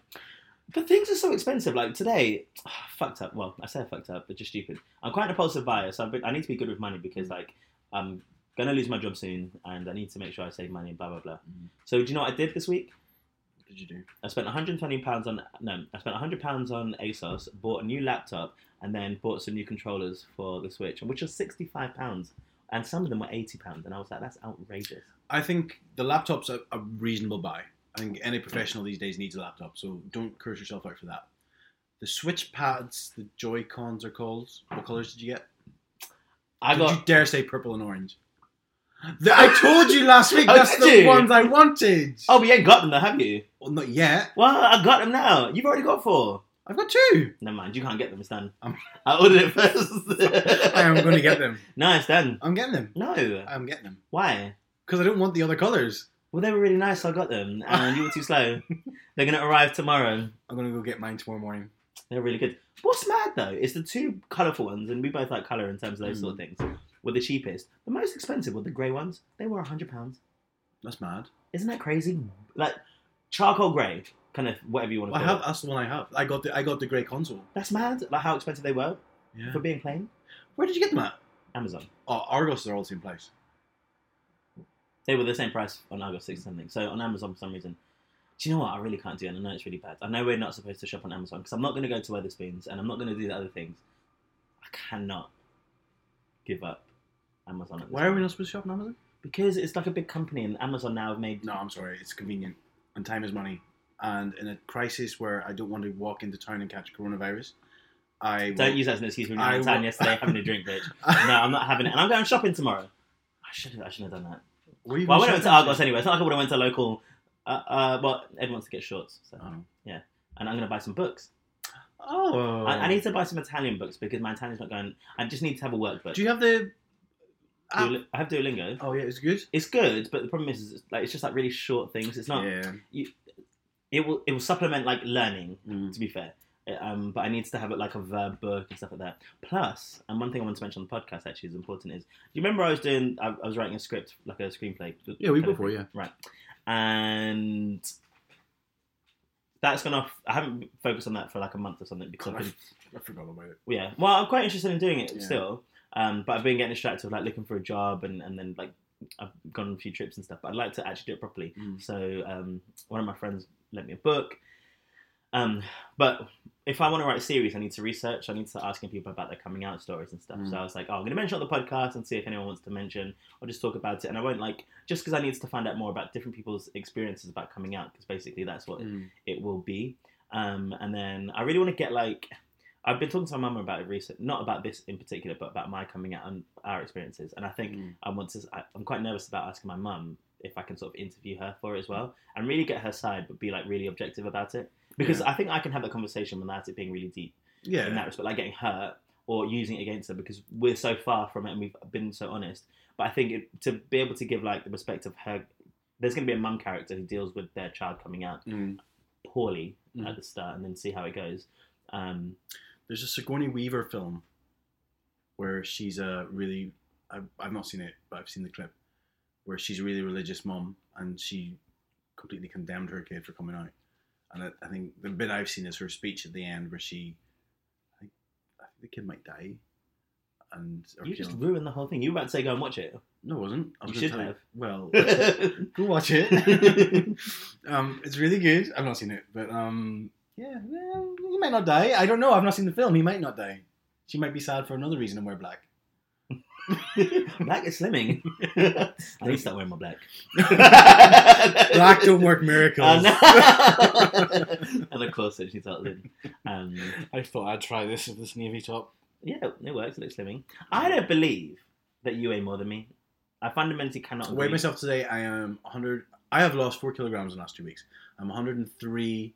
[SPEAKER 1] But things are so expensive. Like today, [SIGHS] fucked up. Well, I say I fucked up, but just stupid. I'm quite an impulsive buyer, so I've been, I need to be good with money
[SPEAKER 2] Mm.
[SPEAKER 1] because like I'm gonna lose my job soon, and I need to make sure I save money and blah blah blah.
[SPEAKER 2] Mhm.
[SPEAKER 1] So do you know what I did this week?
[SPEAKER 2] What did you do?
[SPEAKER 1] I spent 120 pounds on no, I spent 100 pounds on ASOS, bought a new laptop, and then bought some new controllers for the Switch, which was 65 pounds, and some of them were 80 pounds, and I was like, that's outrageous.
[SPEAKER 2] I think the laptop's a, a reasonable buy. I think any professional these days needs a laptop, so don't curse yourself out for that. The Switch pads, the Joy Cons are called. What colors did you get?
[SPEAKER 1] I
[SPEAKER 2] did
[SPEAKER 1] got
[SPEAKER 2] you dare say purple and orange? The- I told you last week
[SPEAKER 1] Oh,
[SPEAKER 2] that's
[SPEAKER 1] did
[SPEAKER 2] the
[SPEAKER 1] you?
[SPEAKER 2] ones I wanted.
[SPEAKER 1] oh, but you ain't got them though, have you?
[SPEAKER 2] well, not yet.
[SPEAKER 1] Well, I got them now. You've already got four.
[SPEAKER 2] I've got two.
[SPEAKER 1] Never mind, you can't get them. It's done.
[SPEAKER 2] Um.
[SPEAKER 1] [LAUGHS] I ordered it
[SPEAKER 2] [LAUGHS] I am
[SPEAKER 1] first.
[SPEAKER 2] going to get them.
[SPEAKER 1] no, it's done.
[SPEAKER 2] I'm getting them.
[SPEAKER 1] No,
[SPEAKER 2] I'm getting them
[SPEAKER 1] why?
[SPEAKER 2] because I don't want the other colors.
[SPEAKER 1] Well, they were really nice. so I got them, and you were too
[SPEAKER 2] [LAUGHS]
[SPEAKER 1] slow. They're gonna arrive tomorrow.
[SPEAKER 2] I'm going to go get mine tomorrow morning.
[SPEAKER 1] They're really good. What's mad though is the two colourful ones, and we both like colour in terms of those
[SPEAKER 2] Mm.
[SPEAKER 1] sort of things. Were the cheapest. The most expensive were the grey ones. They were hundred pounds.
[SPEAKER 2] That's mad.
[SPEAKER 1] Isn't that crazy? Like charcoal grey, kind of whatever you want to
[SPEAKER 2] I
[SPEAKER 1] call
[SPEAKER 2] have.
[SPEAKER 1] it.
[SPEAKER 2] That's the one I have. I got the. I got the grey console.
[SPEAKER 1] That's mad. Like how expensive they were
[SPEAKER 2] Yeah.
[SPEAKER 1] for being plain.
[SPEAKER 2] Where did you get them at?
[SPEAKER 1] Amazon.
[SPEAKER 2] Oh, Argos. They're all the same place.
[SPEAKER 1] They were the same price on Argos six something. So on Amazon for some reason. Do you know what? I really can't do it. and I know it's really bad. I know we're not supposed to shop on Amazon because I'm not going to go to Weatherspoons and I'm not going to do the other things. I cannot give up Amazon. At this
[SPEAKER 2] Why are we
[SPEAKER 1] point.
[SPEAKER 2] not supposed to shop on Amazon?
[SPEAKER 1] Because it's like a big company and Amazon now have made.
[SPEAKER 2] No, I'm sorry. It's convenient, and time is money. And in a crisis where I don't want to walk into town and catch coronavirus, I
[SPEAKER 1] Don't
[SPEAKER 2] will-
[SPEAKER 1] use that as an excuse for me
[SPEAKER 2] I
[SPEAKER 1] having time
[SPEAKER 2] will-
[SPEAKER 1] yesterday having a drink, bitch.
[SPEAKER 2] [LAUGHS]
[SPEAKER 1] No, I'm not having it. And I'm going shopping tomorrow. I should have. I shouldn't have done that.
[SPEAKER 2] Where are you
[SPEAKER 1] Well, I
[SPEAKER 2] gonna
[SPEAKER 1] would have went to
[SPEAKER 2] shop
[SPEAKER 1] Argos anyway. It's not like I would have went to a local. Uh, uh, well, Ed wants to get shorts, so
[SPEAKER 2] then?
[SPEAKER 1] and I'm going to buy some books.
[SPEAKER 2] Oh, Oh.
[SPEAKER 1] I, I need to buy some Italian books because my Italian's not going. I just need to have a workbook.
[SPEAKER 2] Do you have the? app?
[SPEAKER 1] Duol- I have Duolingo.
[SPEAKER 2] Oh yeah, it's good.
[SPEAKER 1] It's good, but the problem is, is it's like it's just like really short things. It's not.
[SPEAKER 2] Yeah.
[SPEAKER 1] It will it will supplement like learning.
[SPEAKER 2] Mm.
[SPEAKER 1] To be fair, Uh, um, but I need to have it like a verb book and stuff like that. Plus, and one thing I wanted to mention on the podcast actually is important is you remember I was doing I, I was writing a script like a screenplay.
[SPEAKER 2] Yeah, we
[SPEAKER 1] kind of
[SPEAKER 2] before. Yeah.
[SPEAKER 1] and that's gonna. I haven't focused on that for like a month or something because
[SPEAKER 2] God,
[SPEAKER 1] I've
[SPEAKER 2] I,
[SPEAKER 1] been
[SPEAKER 2] I forgot about it.
[SPEAKER 1] Yeah. Well, I'm quite interested in doing it
[SPEAKER 2] Yeah.
[SPEAKER 1] still. Um, but I've been getting distracted with like looking for a job and, and then like I've gone on a few trips and stuff. But I'd like to actually do it properly.
[SPEAKER 2] Mm.
[SPEAKER 1] So um, one of my friends lent me a book. Um, but if I want to write a series, I need to research. I need to start asking people about their coming out stories and stuff.
[SPEAKER 2] Mm.
[SPEAKER 1] So I was like, oh, I'm going to mention it on the podcast and see if anyone wants to mention or just talk about it. And I won't like just because I need to find out more about different people's experiences about coming out because basically that's what
[SPEAKER 2] Mm.
[SPEAKER 1] it will be. Um, and then I really want to get like, I've been talking to my mum about it recently, not about this in particular, but about my coming out and our experiences. And I think
[SPEAKER 2] Mm.
[SPEAKER 1] I want to, I, I'm quite nervous about asking my mum if I can sort of interview her for it as well and really get her side, but be like really objective about it. Because I think I can have that conversation without it being really deep in
[SPEAKER 2] Yeah.
[SPEAKER 1] that respect, like getting hurt or using it against her because we're so far from it and we've been so honest. But I think it, to be able to give like the perspective of her, there's going to be a mum character who deals with their child coming out
[SPEAKER 2] Mm.
[SPEAKER 1] poorly
[SPEAKER 2] Mhm.
[SPEAKER 1] at the start and then see how it goes. Um,
[SPEAKER 2] There's a Sigourney Weaver film where she's a really. I've, I've not seen it, but I've seen the clip where she's a really religious mom and she completely condemned her kid for coming out. And I, I think the bit I've seen is her speech at the end where she, I think, I think the kid might die. And or
[SPEAKER 1] you just
[SPEAKER 2] kill-
[SPEAKER 1] ruined the whole thing. You were about to say go and watch
[SPEAKER 2] [LAUGHS]
[SPEAKER 1] it. [LAUGHS]
[SPEAKER 2] no, it wasn't. I was
[SPEAKER 1] You
[SPEAKER 2] gonna
[SPEAKER 1] should
[SPEAKER 2] tell
[SPEAKER 1] have.
[SPEAKER 2] Well,
[SPEAKER 1] [LAUGHS] That's
[SPEAKER 2] Go watch [LAUGHS] it. um, it's really good. I've not seen it, but um, yeah, well, he might not die. I don't know. I've not seen the film. He might not die. She might be sad for another reason and wear black.
[SPEAKER 1] black is slimming. [LAUGHS] I need to start wearing my black.
[SPEAKER 2] [LAUGHS] [LAUGHS] Black don't [LAUGHS] work miracles.
[SPEAKER 1] And, [LAUGHS] and a corset she's out in. Um,
[SPEAKER 2] [LAUGHS]
[SPEAKER 3] I thought I'd try this with this navy top.
[SPEAKER 1] yeah, it works. It looks slimming. I don't believe that you weigh more than me. I fundamentally cannot.
[SPEAKER 2] Weighed
[SPEAKER 1] agree.
[SPEAKER 2] myself today. I am 100. I have lost four kilograms in the last two weeks. I'm 103.9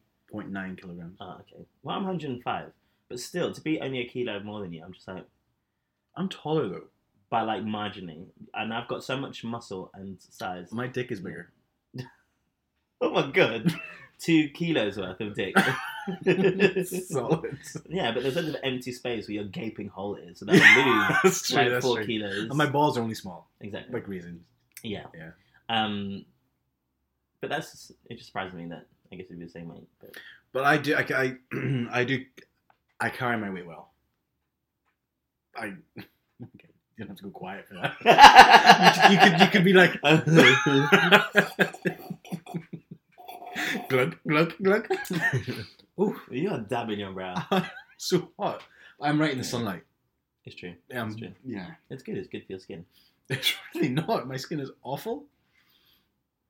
[SPEAKER 2] kilograms.
[SPEAKER 1] Ah, okay. Well, I'm 105, but still, to be only a kilo more than you, I'm just like
[SPEAKER 2] I'm taller though.
[SPEAKER 1] by like margining, and I've got so much muscle and size.
[SPEAKER 2] My dick is bigger.
[SPEAKER 1] Oh my
[SPEAKER 2] [LAUGHS]
[SPEAKER 1] god, two kilos worth of dick.
[SPEAKER 2] Solid.
[SPEAKER 1] yeah, but there's loads of empty space where your gaping hole is, so that would
[SPEAKER 2] [LAUGHS] That's true.
[SPEAKER 1] lose like
[SPEAKER 2] that's
[SPEAKER 1] four
[SPEAKER 2] true.
[SPEAKER 1] kilos.
[SPEAKER 2] And my balls are only small.
[SPEAKER 1] exactly.
[SPEAKER 2] Like reasons.
[SPEAKER 1] Yeah.
[SPEAKER 2] Yeah.
[SPEAKER 1] Um, but that's it. Just surprised me that I guess it'd be the same weight. But
[SPEAKER 2] But I do. I, [CLEARS THROAT] I, I do. I carry my weight well. I. [LAUGHS] Okay. You don't have to go quiet for that. you could. You could be like. [LAUGHS] glug glug glug. Ooh,
[SPEAKER 1] [LAUGHS] you are dabbing your brow.
[SPEAKER 2] so hot. I'm right in the sunlight.
[SPEAKER 1] It's true.
[SPEAKER 2] Um,
[SPEAKER 1] That's true.
[SPEAKER 2] yeah, [LAUGHS]
[SPEAKER 1] It's good. It's good for your skin.
[SPEAKER 2] it's really not. My skin is awful.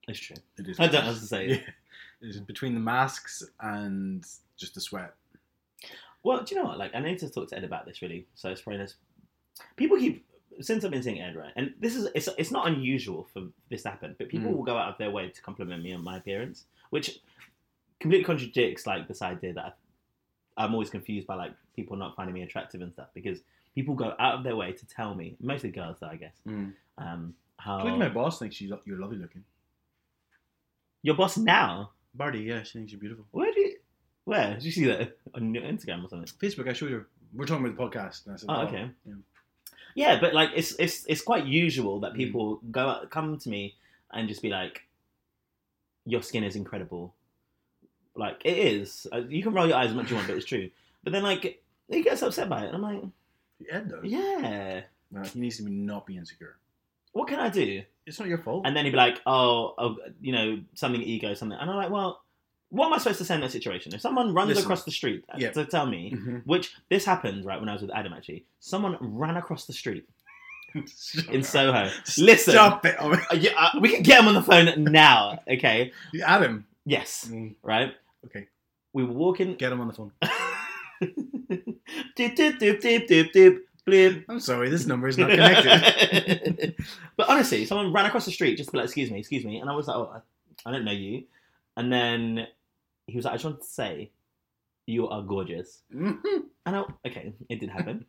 [SPEAKER 1] It's true.
[SPEAKER 2] It is.
[SPEAKER 1] I don't know what to say.
[SPEAKER 2] Yeah. It's between the masks and just the sweat.
[SPEAKER 1] Well, do you know what? Like, I need to talk to Ed about this really. So it's probably this. People keep since I've been seeing Ed, right? And this is it's it's not unusual for this to happen, but people
[SPEAKER 2] Mm.
[SPEAKER 1] will go out of their way to compliment me on my appearance, which completely contradicts like this idea that I, I'm always confused by like people not finding me attractive and stuff because people go out of their way to tell me, mostly girls, though I guess,
[SPEAKER 2] Mm.
[SPEAKER 1] um, how
[SPEAKER 2] Including my boss thinks she's, you're lovely looking.
[SPEAKER 1] your boss now.
[SPEAKER 2] Barty, yeah, she thinks you're beautiful.
[SPEAKER 1] Where do you, where did you see that on your Instagram or something?
[SPEAKER 2] Facebook, I showed her. We're talking about the podcast. And I said,
[SPEAKER 1] Oh, okay.
[SPEAKER 2] yeah.
[SPEAKER 1] Yeah, but like it's it's it's quite usual that
[SPEAKER 2] Mm.
[SPEAKER 1] people go out, come to me and just be like, "Your skin is incredible." Like it is. Uh, You can roll your eyes as much as you want, but it's true. But then like he gets upset by it, and I'm like,
[SPEAKER 2] Ed does.
[SPEAKER 1] "Yeah,
[SPEAKER 2] No, he needs to be not be insecure.
[SPEAKER 1] what can I do?"
[SPEAKER 2] It's not your fault. [LAUGHS]
[SPEAKER 1] And then he'd be like, "Oh, oh you know, something ego, something," and I'm like, "Well." What am I supposed to say in that situation? If someone runs
[SPEAKER 2] Listen.
[SPEAKER 1] across the street uh,
[SPEAKER 2] Yeah.
[SPEAKER 1] to tell me, [LAUGHS]
[SPEAKER 2] Mhm.
[SPEAKER 1] which this happened right when I was with Adam actually, someone ran across the street
[SPEAKER 2] Shut
[SPEAKER 1] in
[SPEAKER 2] up.
[SPEAKER 1] Soho. Listen,
[SPEAKER 2] [LAUGHS] Stop it. Oh,
[SPEAKER 1] Uh, yeah, uh, we can get him on the phone now. Okay.
[SPEAKER 2] [LAUGHS] Adam.
[SPEAKER 1] Yes. Right.
[SPEAKER 2] Okay.
[SPEAKER 1] We were walking. [LAUGHS]
[SPEAKER 2] Get him on the phone.
[SPEAKER 1] Doop, doop, doop, doop, doop, doop, blip.
[SPEAKER 2] I'm sorry, this
[SPEAKER 1] [LAUGHS]
[SPEAKER 2] number is not connected. [LAUGHS]
[SPEAKER 1] but honestly, someone ran across the street just to be like, "Excuse me, excuse me," and I was like, "Oh, I, I don't know you." And then he was like, "I just wanted to say, you are gorgeous."
[SPEAKER 2] Mhm.
[SPEAKER 1] And I okay, it did
[SPEAKER 2] [LAUGHS]
[SPEAKER 1] happen.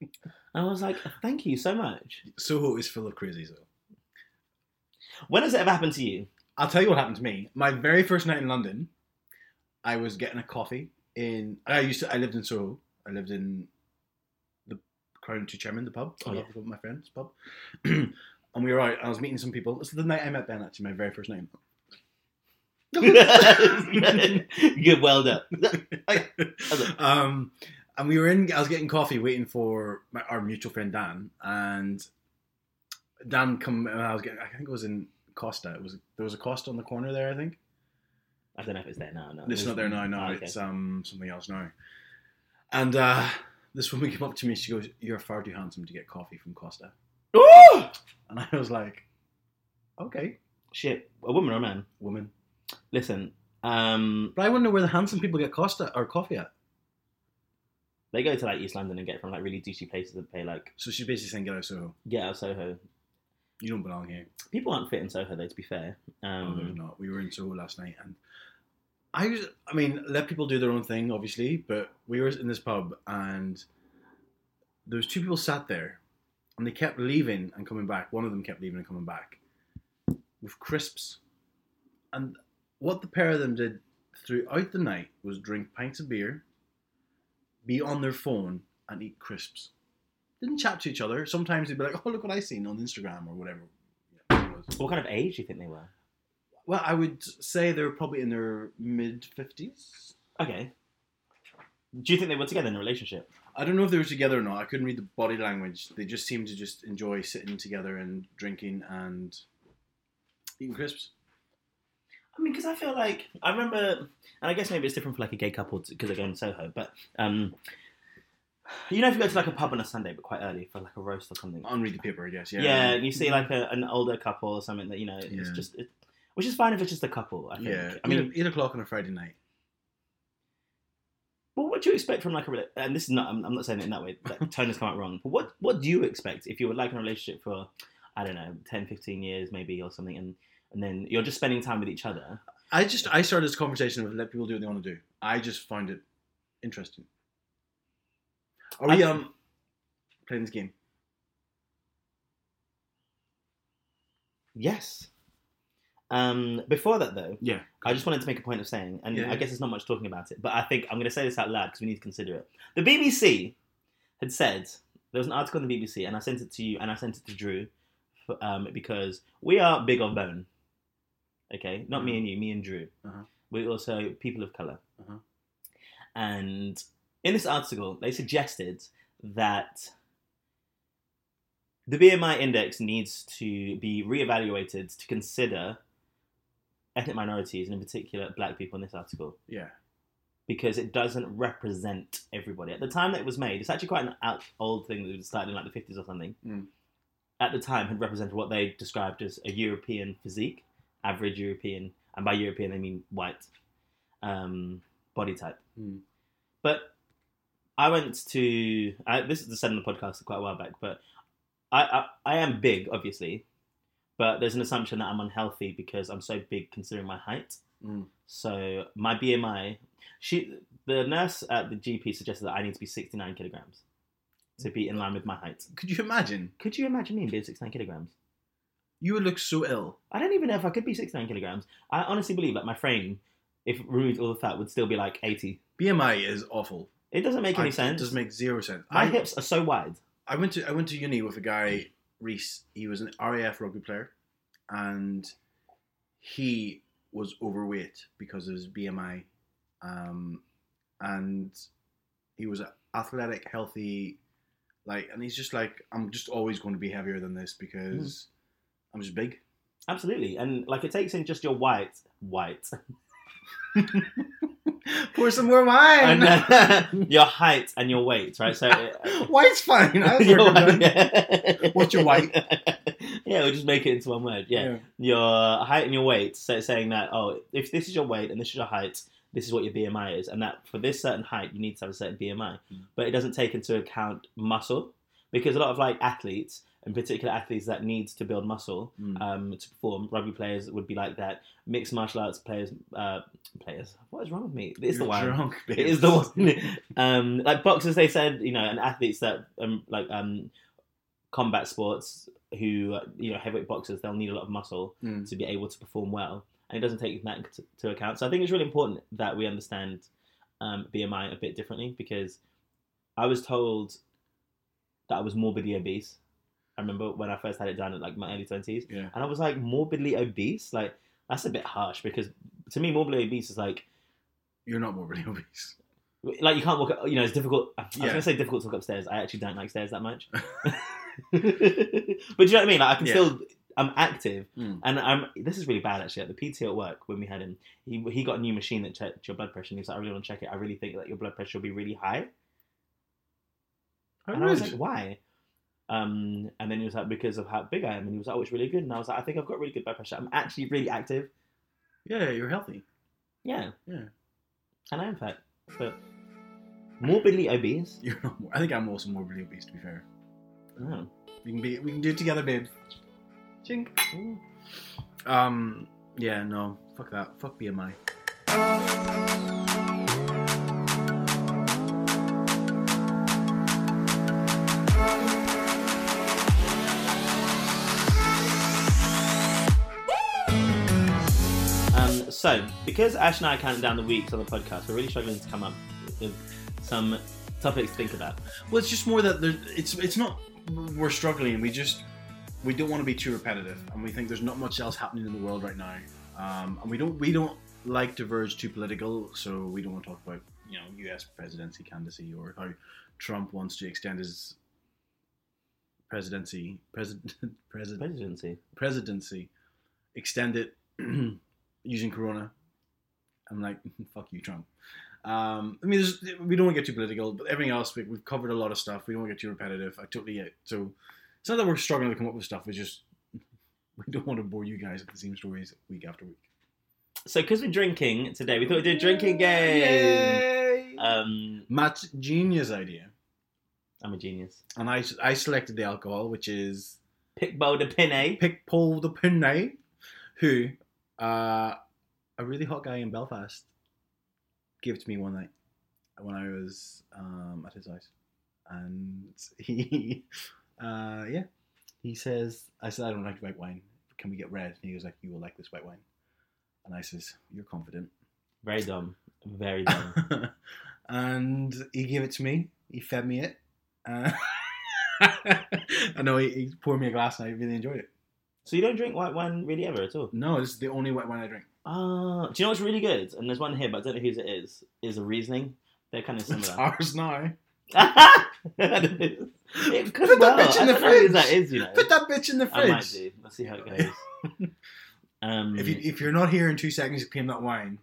[SPEAKER 1] And I was like, "Thank you so much."
[SPEAKER 2] Soho is full of crazies, though.
[SPEAKER 1] When has it ever happened to
[SPEAKER 2] [LAUGHS]
[SPEAKER 1] you? [LAUGHS]
[SPEAKER 2] I'll tell you what happened to me. My very first night in London, I was getting a coffee in. I used to. I lived in Soho. I lived in the Crown and Two Chairman, the pub.
[SPEAKER 1] Oh,
[SPEAKER 2] I
[SPEAKER 1] yeah.
[SPEAKER 2] loved my friend's pub. [CLEARS THROAT] and we were out. I was meeting some people. This is the night I met Ben. Actually, my very first night.
[SPEAKER 1] [LAUGHS] Good, well done.
[SPEAKER 2] [LAUGHS] um, and we were in. I was getting coffee, waiting for my, our mutual friend Dan, and Dan come. And I was getting. I think it was in Costa. It was there was a Costa on the corner there. I think.
[SPEAKER 1] I don't know if it's there now. No,
[SPEAKER 2] It's not there now. No,
[SPEAKER 1] Ah,
[SPEAKER 2] [GASPS]
[SPEAKER 1] okay.
[SPEAKER 2] it's um something else now. And uh, this woman [LAUGHS] came up to me. She goes, "You're far too handsome to get coffee from Costa."
[SPEAKER 1] Oh!
[SPEAKER 2] And I was like, "Okay,
[SPEAKER 1] Shit, a woman or a man?
[SPEAKER 2] woman."
[SPEAKER 1] Listen, um,
[SPEAKER 2] But I wonder where the handsome people get Costa or coffee at.
[SPEAKER 1] they go to like East London and get from like really douchey places and pay like
[SPEAKER 2] So she's basically saying, "Get out of Soho.
[SPEAKER 1] get out of Soho.
[SPEAKER 2] You don't belong here."
[SPEAKER 1] People aren't fit in Soho though, to be fair.
[SPEAKER 2] Oh, No, there's
[SPEAKER 1] Um,
[SPEAKER 2] not. We were in Soho last night, and I was. I mean, let people do their own thing, obviously. But we were in this pub, and there was two people sat there, and they kept leaving and coming back. One of them kept leaving and coming back with crisps, and what the pair of them did throughout the night was drink pints of beer, be on their phone, and eat crisps. Didn't chat to each other. Sometimes they'd be like, "Oh, look what I seen on Instagram" or whatever. it was.
[SPEAKER 1] what kind of age do you think they were?
[SPEAKER 2] Well, I would say they're probably in their mid fifties.
[SPEAKER 1] Okay. Do you think they were together in a relationship?
[SPEAKER 2] I don't know if they were together or not. I couldn't read the body language. They just seemed to just enjoy sitting together and drinking and eating crisps.
[SPEAKER 1] I mean, because I feel like I remember, and I guess maybe it's different for like a gay couple because they go in Soho, but um, You know, if you go to like a pub on a Sunday, but quite early for like a roast or something.
[SPEAKER 2] On read the paper, I guess. Yeah.
[SPEAKER 1] Yeah, you see like a, an older couple or something that you know. It's
[SPEAKER 2] Yeah.
[SPEAKER 1] just, it, which is fine if it's just a couple. I think.
[SPEAKER 2] Yeah.
[SPEAKER 1] I mean,
[SPEAKER 2] eight, eight o'clock on a Friday night.
[SPEAKER 1] what would you expect from like a rela- and this is not I'm, I'm not saying it in that way
[SPEAKER 2] [LAUGHS]
[SPEAKER 1] that tone has come out wrong but what what do you expect if you were like in a relationship for I don't know 10 15 years maybe or something and and then you're just spending time with each other
[SPEAKER 2] I just I started this conversation with let people do what they want to do. I just find it interesting. Are we
[SPEAKER 1] I-
[SPEAKER 2] um playing this game?
[SPEAKER 1] yes um before that though
[SPEAKER 3] Yeah.
[SPEAKER 1] I just wanted to make a point of saying and
[SPEAKER 2] Yeah,
[SPEAKER 1] I
[SPEAKER 2] yeah.
[SPEAKER 1] guess it's not much talking about it but I think I'm going to say this out loud because we need to consider it the BBC had said there was an article on the BBC and I sent it to you and I sent it to Drew f- um, because we are big on bone okay not me and you me and Drew
[SPEAKER 2] Uh-huh.
[SPEAKER 1] we're also people of color
[SPEAKER 2] Uh-huh.
[SPEAKER 1] and in this article they suggested that the BMI index needs to be reevaluated to consider ethnic minorities and in particular black people in this article
[SPEAKER 2] Yeah.
[SPEAKER 1] because it doesn't represent everybody. At the time that it was made, it's actually quite an out, old thing that was started in like the fifties or something.
[SPEAKER 2] Mm.
[SPEAKER 1] At the time, had represented what they described as a European physique, average European, and by European I mean white um, body type.
[SPEAKER 2] Mm.
[SPEAKER 1] But I went to I, this is said on the podcast quite a while back, but I, I I am big, obviously, but there's an assumption that I'm unhealthy because I'm so big considering my height.
[SPEAKER 2] Mm.
[SPEAKER 1] So my BMI, she the nurse at the GP suggested that I need to be 69 kilograms to be in line with my height.
[SPEAKER 2] Could you imagine?
[SPEAKER 1] Could you imagine me being 69 kilograms?
[SPEAKER 2] You would look so ill.
[SPEAKER 1] I don't even know if I could be 69 kilograms. I honestly believe that my frame, if removed all the fat, would still be like 80.
[SPEAKER 2] BMI is awful.
[SPEAKER 1] It doesn't make any
[SPEAKER 2] I-
[SPEAKER 1] sense.
[SPEAKER 2] It does make zero sense.
[SPEAKER 1] my
[SPEAKER 2] I,
[SPEAKER 1] hips are so wide.
[SPEAKER 2] I went to I went to uni with a guy Reese. He was an RAF rugby player, and he was overweight because of his BMI, um, and he was a athletic, healthy, like, and he's just like, I'm just always going to be heavier than this because I'm just big. [LAUGHS]
[SPEAKER 1] Absolutely, and like it takes in just your white,
[SPEAKER 2] [LAUGHS]
[SPEAKER 1] white,
[SPEAKER 2] Pour some more wine.
[SPEAKER 1] and
[SPEAKER 2] [LAUGHS]
[SPEAKER 1] then your height and your weight, right? So. it- [LAUGHS]
[SPEAKER 2] White's fine. I was
[SPEAKER 1] your
[SPEAKER 2] working on
[SPEAKER 1] [LAUGHS]
[SPEAKER 2] it.
[SPEAKER 1] white-
[SPEAKER 2] What's your white?
[SPEAKER 1] yeah, we'll just make it into one word. Yeah. your height and your weight, so saying that oh, if this is your weight and this is your height, this is what your BMI is, and that for this certain height you need to have a certain BMI,
[SPEAKER 2] Mm.
[SPEAKER 1] but it doesn't take into account muscle because a lot of like athletes, in particular athletes that need to build muscle
[SPEAKER 2] Mm.
[SPEAKER 1] um, to perform, rugby players would be like that. Mixed martial arts players, uh, players. What is wrong with me? It's the
[SPEAKER 2] You're
[SPEAKER 1] one.
[SPEAKER 2] drunk,
[SPEAKER 1] [LAUGHS] It is the one. [LAUGHS] um, like boxers, they said, you know, and athletes that um, like um, combat sports who uh, you know heavyweight boxers, they'll need a lot of muscle
[SPEAKER 2] Mm.
[SPEAKER 1] to be able to perform well, and it doesn't take that into to account. So I think it's really important that we understand um, BMI a bit differently because I was told that I was morbidly obese. I remember when I first had it done at like my early twenties,
[SPEAKER 2] Yeah.
[SPEAKER 1] and I was like morbidly obese. Like that's a bit harsh because to me, morbidly obese is like
[SPEAKER 2] You're not morbidly obese.
[SPEAKER 1] like you can't walk. You know, it's difficult. I was
[SPEAKER 2] Yeah.
[SPEAKER 1] gonna say difficult to walk upstairs. I actually don't like stairs that much. [LAUGHS] but do you know what I mean? Like I can
[SPEAKER 2] Yeah.
[SPEAKER 1] still. I'm active,
[SPEAKER 2] Mm.
[SPEAKER 1] and I'm. This is really bad actually. At the PT at work, when we had him, he, he got a new machine that checked your blood pressure, and he was like, "I really want to check it. I really think that your blood pressure will be really high."
[SPEAKER 2] Oh,
[SPEAKER 1] And I was like, "Why?" Um, and then he was like, "Because of how big I am," and he was like, "Oh, it's really good." And I was like, "I think I've got really good blood pressure. I'm actually really active."
[SPEAKER 2] yeah, you're healthy.
[SPEAKER 1] Yeah,
[SPEAKER 2] Yeah.
[SPEAKER 1] and I am fat, but morbidly obese.
[SPEAKER 2] You're not. I think I'm also morbidly obese. To be fair,
[SPEAKER 1] No.
[SPEAKER 2] we can be. We can do it together, babe. Chink. Um. Yeah. No. Fuck that. Fuck BMI.
[SPEAKER 1] Um, so, because Ash and I are counting down the weeks on the podcast, we're really struggling to come up with some topics to think about.
[SPEAKER 2] Well, it's just more that there, it's it's not. We're struggling. We just we don't want to be too repetitive, and we think there's not much else happening in the world right now. Um. And we don't we don't like to verge too political, so we don't want to talk about you know U.S. presidency candidacy or how Trump wants to extend his presidency president [LAUGHS] president
[SPEAKER 1] Presidency.
[SPEAKER 2] presidency, [CLEARS THROAT] extend it using Corona. I'm like, [LAUGHS] fuck you, Trump. Um, I mean, there's, we don't want to get too political, but everything else we, we've covered a lot of stuff. We don't want to get too repetitive. I totally get it. So it's not that we're struggling to come up with stuff. It's just [LAUGHS] we don't want to bore you guys with the same stories week after week.
[SPEAKER 1] So because we're drinking today, we thought we'd do a drinking game.
[SPEAKER 2] Yay!
[SPEAKER 1] Um,
[SPEAKER 2] Matt's genius idea,
[SPEAKER 1] I'm a genius.
[SPEAKER 2] and I I selected the alcohol, which is
[SPEAKER 1] Pick bowl de pinay.
[SPEAKER 2] pick Paul the Pinay, who uh, a really hot guy in Belfast gave to me one night when I was um, at his house, and he [LAUGHS] uh, yeah he says I said I don't like white wine. Can we get red? And he was like, you will like this white wine. And I says, you're confident. [LAUGHS]
[SPEAKER 1] Very dumb. Very dumb.
[SPEAKER 2] and he gave it to me. He fed me it. Uh, [LAUGHS] I know he, he poured me a glass, and I really enjoyed it.
[SPEAKER 1] so you don't drink white wine really ever at all.
[SPEAKER 2] No, this is the only white wine I drink.
[SPEAKER 1] Ah, do you know what's really good? And there's one here, but I don't know whose it is. Is a reasoning. They're kind of
[SPEAKER 2] It's
[SPEAKER 1] similar. [LAUGHS]
[SPEAKER 2] [LAUGHS] ours now.
[SPEAKER 1] it could
[SPEAKER 2] Put that
[SPEAKER 1] well.
[SPEAKER 2] bitch in
[SPEAKER 1] I
[SPEAKER 2] the
[SPEAKER 1] don't know who
[SPEAKER 2] fridge.
[SPEAKER 1] that is, you know.
[SPEAKER 2] Put that bitch in the
[SPEAKER 1] I might
[SPEAKER 2] fridge.
[SPEAKER 1] do. Let's see how it goes.
[SPEAKER 2] [LAUGHS]
[SPEAKER 1] Um,
[SPEAKER 2] If, you, if you're not here in two seconds to claim that wine,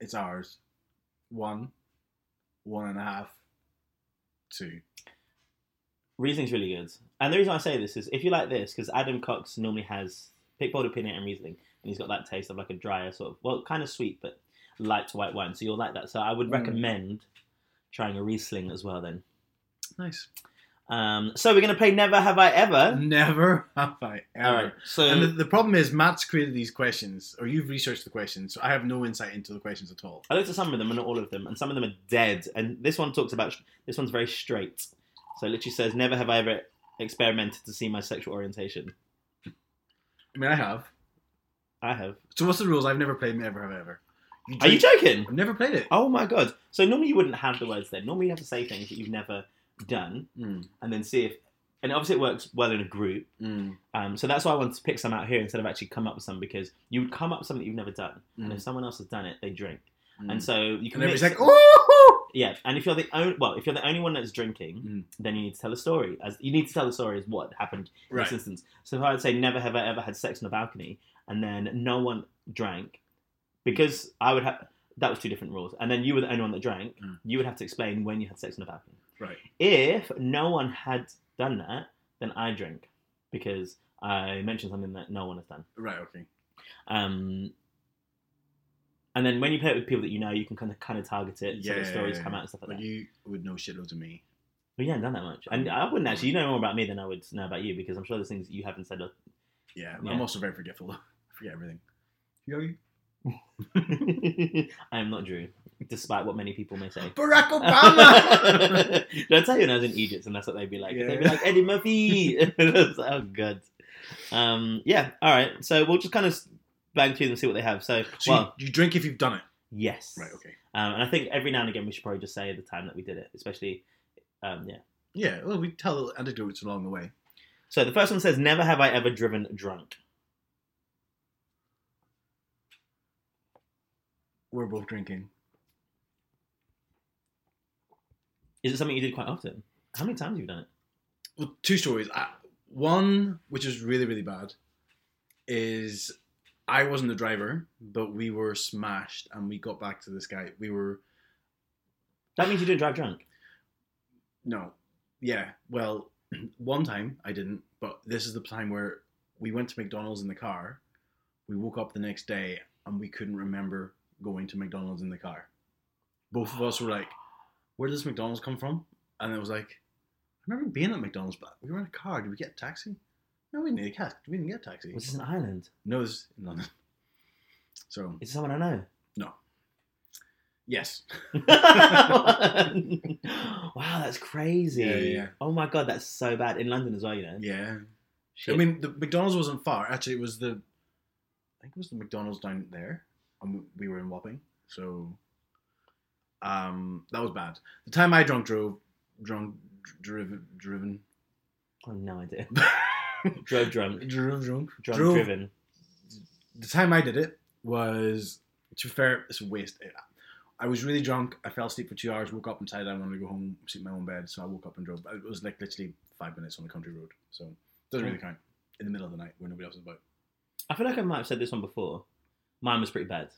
[SPEAKER 2] it's ours. One, one and a half, two.
[SPEAKER 1] Riesling's really good. And the reason I say this is if you like this, because Adam Cox normally has pick bold opinion and Riesling, and he's got that taste of like a drier sort of, well, kind of sweet, but light white wine. So you'll like that. So I would
[SPEAKER 2] Mm.
[SPEAKER 1] recommend trying a Riesling as well then.
[SPEAKER 2] Nice.
[SPEAKER 1] Um, so we're going to play Never Have I Ever.
[SPEAKER 2] Never [LAUGHS] have I
[SPEAKER 1] All
[SPEAKER 2] ever.
[SPEAKER 1] right. So
[SPEAKER 2] And the, the problem is, Matt's created these questions, or you've researched the questions, so I have no insight into the questions at all.
[SPEAKER 1] I looked at some of them, and not all of them, and some of them are dead. And this one talks about this one's very straight. So it literally says, "Never have I ever experimented to see my sexual orientation."
[SPEAKER 2] I mean, I have.
[SPEAKER 1] I have.
[SPEAKER 2] So what's the rules? I've never played Never Have I Ever.
[SPEAKER 1] Are you
[SPEAKER 2] do-
[SPEAKER 1] joking?
[SPEAKER 2] I've never played it.
[SPEAKER 1] Oh my god! So normally you wouldn't have the words there. Normally you have to say things that you've never done,
[SPEAKER 2] Mm,
[SPEAKER 1] and then see if. And obviously it works well in a group.
[SPEAKER 2] mm,
[SPEAKER 1] Um, so that's why I wanted to pick some out here instead of actually come up with some because you would come up with something that you've never done, and if
[SPEAKER 2] mm,
[SPEAKER 1] someone else has done it, they drink. And
[SPEAKER 2] mm.
[SPEAKER 1] so you can.
[SPEAKER 2] And everybody's
[SPEAKER 1] mix-
[SPEAKER 2] like, oh!
[SPEAKER 1] Yeah, and if you're the only well, if you're the only one that's drinking,
[SPEAKER 2] Mm.
[SPEAKER 1] then you need to tell a story. As you need to tell the story as what happened in
[SPEAKER 2] Right.
[SPEAKER 1] this instance. So if I would say never have I ever had sex on a balcony, and then no one drank, because I would have that was two different rules, and then you were the only one that drank,
[SPEAKER 2] Mm.
[SPEAKER 1] you would have to explain when you had sex on a balcony.
[SPEAKER 2] Right.
[SPEAKER 1] If no one had done that, then I drink because I mentioned something that no one has done.
[SPEAKER 2] Right, okay.
[SPEAKER 1] Um, and then when you play it with people that you know, you can kind of kind of target it, so the
[SPEAKER 2] Yeah, yeah,
[SPEAKER 1] stories
[SPEAKER 2] yeah,
[SPEAKER 1] come
[SPEAKER 2] yeah.
[SPEAKER 1] out and stuff like that.
[SPEAKER 2] But you would know shitloads of me.
[SPEAKER 1] Well, you haven't done that much, and I wouldn't actually. You know more about me than I would know about you because I'm sure there's things that you haven't said. or-
[SPEAKER 2] Yeah,
[SPEAKER 1] Yeah.
[SPEAKER 2] I'm also very forgetful. though. [LAUGHS] I forget everything. Who are you?
[SPEAKER 1] [LAUGHS] I am not Drew, despite what many people may say.
[SPEAKER 2] Barack Obama!
[SPEAKER 1] [LAUGHS] Did I tell you when I was in Egypt, and that's what they'd be like? They'd be
[SPEAKER 2] Yeah.
[SPEAKER 1] like Eddie Murphy. [LAUGHS] And I was like, oh god. Um, yeah. All right. So we'll just kind of bang through them, see what they have. So,
[SPEAKER 2] [LAUGHS] so
[SPEAKER 1] well,
[SPEAKER 2] you, you drink if you've done it.
[SPEAKER 1] yes.
[SPEAKER 2] Right, okay.
[SPEAKER 1] Um, and I think every now and again we should probably just say the time that we did it, especially. Um, yeah.
[SPEAKER 2] Yeah, well, we tell little anecdotes along the way.
[SPEAKER 1] So the first one says, "Never have I ever driven drunk."
[SPEAKER 2] We're both drinking.
[SPEAKER 1] Is it something you did quite often? How many times have you done it?
[SPEAKER 2] Well, two stories. I, one, which is really, really bad, is I wasn't the driver, but we were smashed and we got back to this guy. We were,
[SPEAKER 1] That means you didn't drive drunk.
[SPEAKER 2] no, yeah, well, [CLEARS THROAT] one time I didn't, but this is the time where we went to McDonald's in the car. We woke up the next day and we couldn't remember going to McDonald's in the car. Both of us were like, where did this McDonald's come from? And it was like, I remember being at McDonald's, but we were in a car. Did we get a taxi? No, we didn't get a taxi. We didn't get a taxi.
[SPEAKER 1] Was this an island?
[SPEAKER 2] No, it's in London. So
[SPEAKER 1] Is it someone I know?
[SPEAKER 2] yes, [LAUGHS]
[SPEAKER 1] [LAUGHS] wow, that's crazy.
[SPEAKER 2] Yeah, yeah, yeah.
[SPEAKER 1] Oh my god, that's so bad. In London as well, you know.
[SPEAKER 2] yeah.
[SPEAKER 1] Shit.
[SPEAKER 2] I mean, the McDonald's wasn't far. Actually, it was the, I think it was the McDonald's down there, and we were in Wapping. So, um, that was bad. The time I drunk drove, drunk driven,
[SPEAKER 1] [LAUGHS]
[SPEAKER 2] driven,
[SPEAKER 1] I have no idea. Drove
[SPEAKER 2] drove
[SPEAKER 1] drunk.
[SPEAKER 2] drunk,
[SPEAKER 1] Drunk
[SPEAKER 2] drove-
[SPEAKER 1] driven.
[SPEAKER 2] The time I did it was to be fair, it's a waste. I was really drunk. I fell asleep for two hours. Woke up and decided I wanted to go home, sleep in my own bed. So I woke up and drove. It was like literally five minutes on a country road, so it doesn't really count. In the middle of the night, where nobody else is about.
[SPEAKER 1] I feel like I might have said this one before. Mine was pretty bad.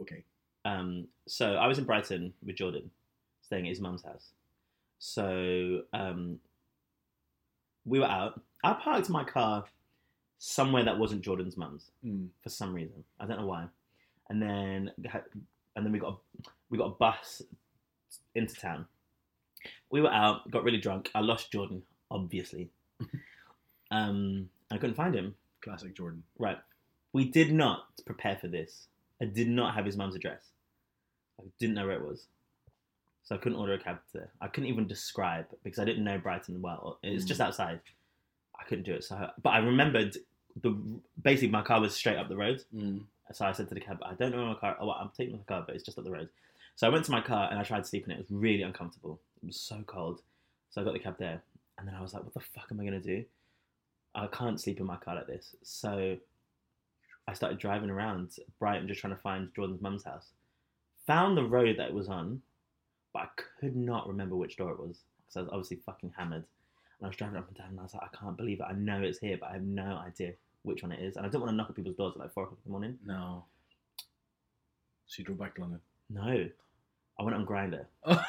[SPEAKER 2] Okay,
[SPEAKER 1] Um, so I was in Brighton with Jordan, staying at his mum's house. So um, we were out. I parked my car somewhere that wasn't Jordan's mum's
[SPEAKER 2] Mm.
[SPEAKER 1] for some reason. I don't know why. And then and then we got a, we got a bus into town. We were out, got really drunk. I lost Jordan, obviously. um, I couldn't find him.
[SPEAKER 2] Classic Jordan.
[SPEAKER 1] Right. We did not prepare for this. I did not have his mum's address. I didn't know where it was. So I couldn't order a cab there. I couldn't even describe because I didn't know Brighton well. It's
[SPEAKER 2] Mm.
[SPEAKER 1] just outside. I couldn't do it. So, I, but I remembered the basically my car was straight up the road.
[SPEAKER 2] Mm.
[SPEAKER 1] So I said to the cab, I don't know where my car. Oh, I'm taking my car, but it's just up the road. So I went to my car and I tried to sleep in it. It was really uncomfortable. It was so cold. So I got the cab there, and then I was like, "What the fuck am I gonna do? I can't sleep in my car like this." So I started driving around Brighton, just trying to find Jordan's mum's house. Found the road that it was on, but I could not remember which door it was because I was obviously fucking hammered. And I was driving up and down, and I was like, "I can't believe it. I know it's here, but I have no idea which one it is." And I don't want to knock at people's doors at like four o'clock in the morning.
[SPEAKER 2] No. So you drove back to London.
[SPEAKER 1] No, I went on Grinder
[SPEAKER 2] If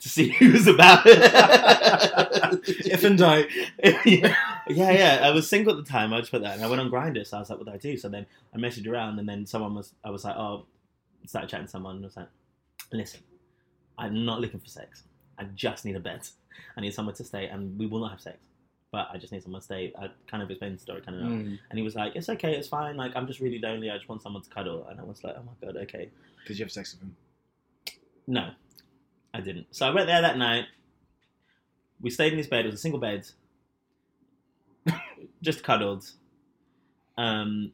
[SPEAKER 1] to see who was about.
[SPEAKER 2] and I.
[SPEAKER 1] [LAUGHS] yeah, yeah. I was single at the time. I just put that, and I went on Grinder. So I was like, "What do I do?" So then I messaged around, and then someone was. I was like, "Oh," started chatting to someone. And I was like, "Listen, I'm not looking for sex. I just need a bed. I need somewhere to stay, and we will not have sex." But I just need someone to stay. I kind of explained the story, kind of.
[SPEAKER 2] Mm.
[SPEAKER 1] And he was like, "It's okay, it's fine. Like, I'm just really lonely. I just want someone to cuddle." And I was like, "Oh my god, okay."
[SPEAKER 2] Did you have sex with him?
[SPEAKER 1] No, I didn't. So I went there that night. We stayed in his bed. It was a single bed. [LAUGHS] Just cuddled. Um,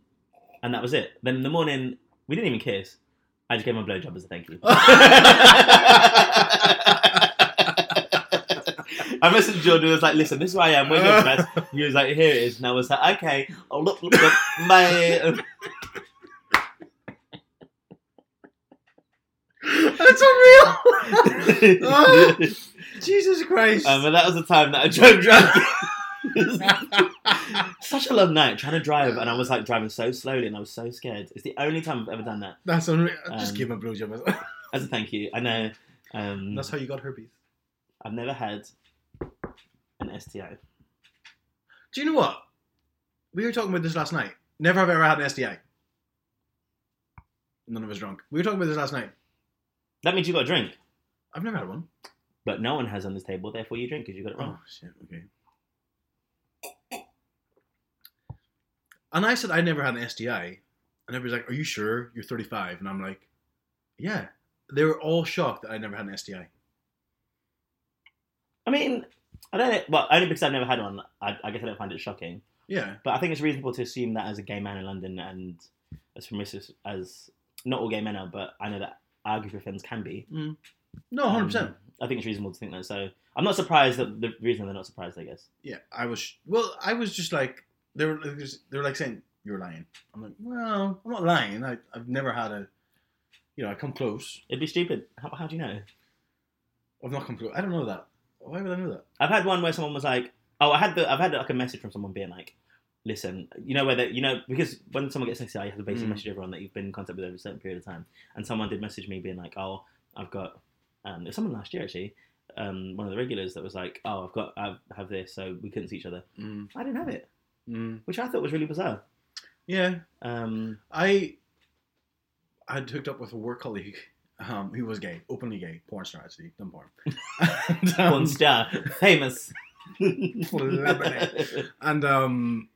[SPEAKER 1] and that was it. Then in the morning, we didn't even kiss. I just gave him a blowjob as a thank you. I messaged Jordan. I was like, "Listen, this is where I am. We're the best." He was like, "Here it is," and I was like, "Okay." Oh look, look, look my.
[SPEAKER 2] [LAUGHS] That's unreal. [LAUGHS] Jesus Christ.
[SPEAKER 1] [LAUGHS] Um, and that was the time that I drove drunk. Such a long night trying to drive, and I was like driving so slowly, and I was so scared. It's the only time I've ever done that.
[SPEAKER 2] [LAUGHS] That's unreal.
[SPEAKER 1] Um,
[SPEAKER 2] Just give him a [LAUGHS] blowjob.
[SPEAKER 1] As a thank you, I know. Um,
[SPEAKER 2] That's how you got herpes.
[SPEAKER 1] I've never had an STI.
[SPEAKER 2] Do you know what? We were talking about this last night. Never have I ever had an STI. None of us drunk. We were talking about this last night.
[SPEAKER 1] That means you got a drink,
[SPEAKER 2] I've never had one.
[SPEAKER 1] but no one has on this table. Therefore, you drink because you got it wrong.
[SPEAKER 2] Oh shit. Okay. And I said I never had an STI, and everybody's like, "Are you sure you're 35?" And I'm like, "Yeah." They were all shocked that I never had an STI.
[SPEAKER 1] I mean, I don't. know- Well, only because I've never had one. I, I guess I don't find it shocking.
[SPEAKER 2] Yeah.
[SPEAKER 1] But I think it's reasonable to assume that as a gay man in London and as promiscuous as not all gay men are, but I know that our group of friends can be.
[SPEAKER 2] No, 100. Oh, percent
[SPEAKER 1] Um, I think it's reasonable to think that. So I'm not surprised that the reason they're not surprised, I guess.
[SPEAKER 2] Yeah. I was. Well, I was just like they were. They were like saying you're lying. I'm like, well, I'm not lying. I, I've never had a. You know, I come close.
[SPEAKER 1] It'd be stupid. How, how do you know?
[SPEAKER 2] I've not come close. I don't know that. Why would I know that?
[SPEAKER 1] I've had one where someone was like, "Oh, I had the I've had like a message from someone being like." Listen, you know whether you know because when someone gets STI, you have to basically
[SPEAKER 2] Mm.
[SPEAKER 1] message everyone that you've been in contact with over a certain period of time. And someone did message me being like, "Oh, I've got," um, it was someone last year actually, um, one of the regulars that was like, "Oh, I've got, I have this," so we couldn't see each other.
[SPEAKER 2] Mm.
[SPEAKER 1] I didn't have it,
[SPEAKER 2] Mm.
[SPEAKER 1] which I thought was really bizarre.
[SPEAKER 2] Yeah. [LAUGHS]
[SPEAKER 1] Um,
[SPEAKER 2] I I had hooked up with a work colleague um, who was gay, openly gay, porn star actually, done porn. and, um,
[SPEAKER 1] one star,
[SPEAKER 2] [LAUGHS]
[SPEAKER 1] famous.
[SPEAKER 2] Celebrity. [LAUGHS] and um,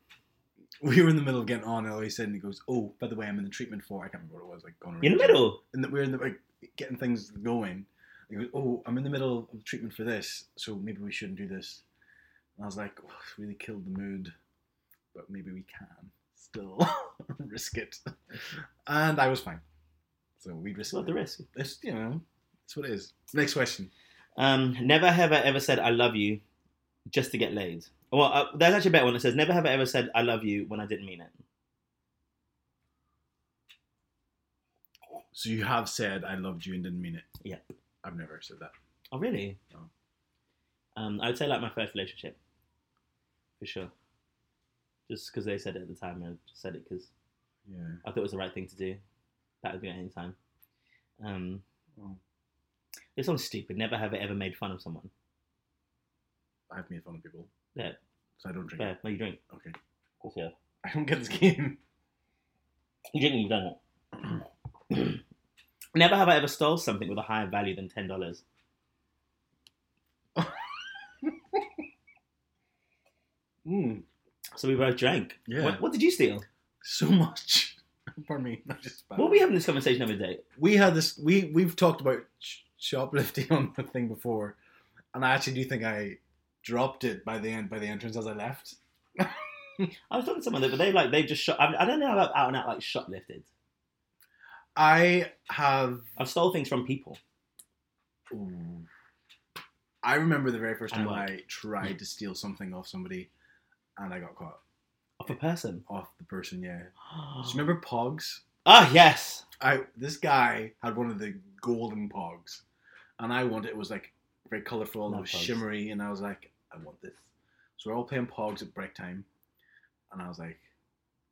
[SPEAKER 2] we were in the middle of getting on, and all he said, and he goes, "Oh, by the way, I'm in the treatment for I can't remember what it was, like gonorrhea."
[SPEAKER 1] In the middle.
[SPEAKER 2] and that we're in the like getting things going. He goes, "Oh, I'm in the middle of treatment for this, so maybe we shouldn't do this." And I was like, oh, it's "Really killed the mood, but maybe we can still [LAUGHS] risk it." And I was fine, so we
[SPEAKER 1] It's
[SPEAKER 2] risked
[SPEAKER 1] worth
[SPEAKER 2] it.
[SPEAKER 1] the risk.
[SPEAKER 2] It's you know, it's what it is. Next question.
[SPEAKER 1] Um, never have I ever said I love you just to get laid. Well, uh, there's actually a better one that says never have I ever said I love you when I didn't mean it.
[SPEAKER 2] So you have said I loved you and didn't mean it.
[SPEAKER 1] Yeah.
[SPEAKER 2] I've never said that.
[SPEAKER 1] Oh, really?
[SPEAKER 2] No.
[SPEAKER 1] Um, I would say like my first relationship, for sure. Just because they said it at the time, I just said it because
[SPEAKER 2] Yeah.
[SPEAKER 1] I thought it was the right thing to do. That would be at any time. Um,
[SPEAKER 2] Mm.
[SPEAKER 1] This song's stupid. Never have I ever made fun of someone.
[SPEAKER 2] I've made fun of people.
[SPEAKER 1] Yeah.
[SPEAKER 2] So I don't drink.
[SPEAKER 1] Fair. No, you drink.
[SPEAKER 2] Okay. [LAUGHS]
[SPEAKER 1] Of course, yeah.
[SPEAKER 2] I don't get this game.
[SPEAKER 1] You drink and you don't. [CLEARS THROAT] Never have I ever stole something with a higher value than ten dollars.
[SPEAKER 2] Mm,
[SPEAKER 1] So we both drank.
[SPEAKER 2] Yeah.
[SPEAKER 1] What, what did you steal?
[SPEAKER 2] so much. [LAUGHS] Pardon me. I'm just
[SPEAKER 1] What were we having this conversation the other day?
[SPEAKER 2] we had this we we've talked about sh- shoplifting [LAUGHS] on the thing before and i actually do think i dropped it by the end by the entrance as i left
[SPEAKER 1] I was talking to someone, but they like they just shot. I, I don't know about out and out like shoplifted.
[SPEAKER 2] i have
[SPEAKER 1] I've stole things from people.
[SPEAKER 2] i remember the very first
[SPEAKER 1] And
[SPEAKER 2] time
[SPEAKER 1] what?
[SPEAKER 2] i tried to steal something off somebody and i got caught
[SPEAKER 1] Of a person.
[SPEAKER 2] off the person yeah
[SPEAKER 1] [GASPS]
[SPEAKER 2] Just remember pogs
[SPEAKER 1] Ah yes.
[SPEAKER 2] i this guy had one of the golden pogs and i wanted it was like very colorful
[SPEAKER 1] Love
[SPEAKER 2] it was
[SPEAKER 1] Pogs.
[SPEAKER 2] shimmery and i was like i want this so we're all playing pogs at break time and i was like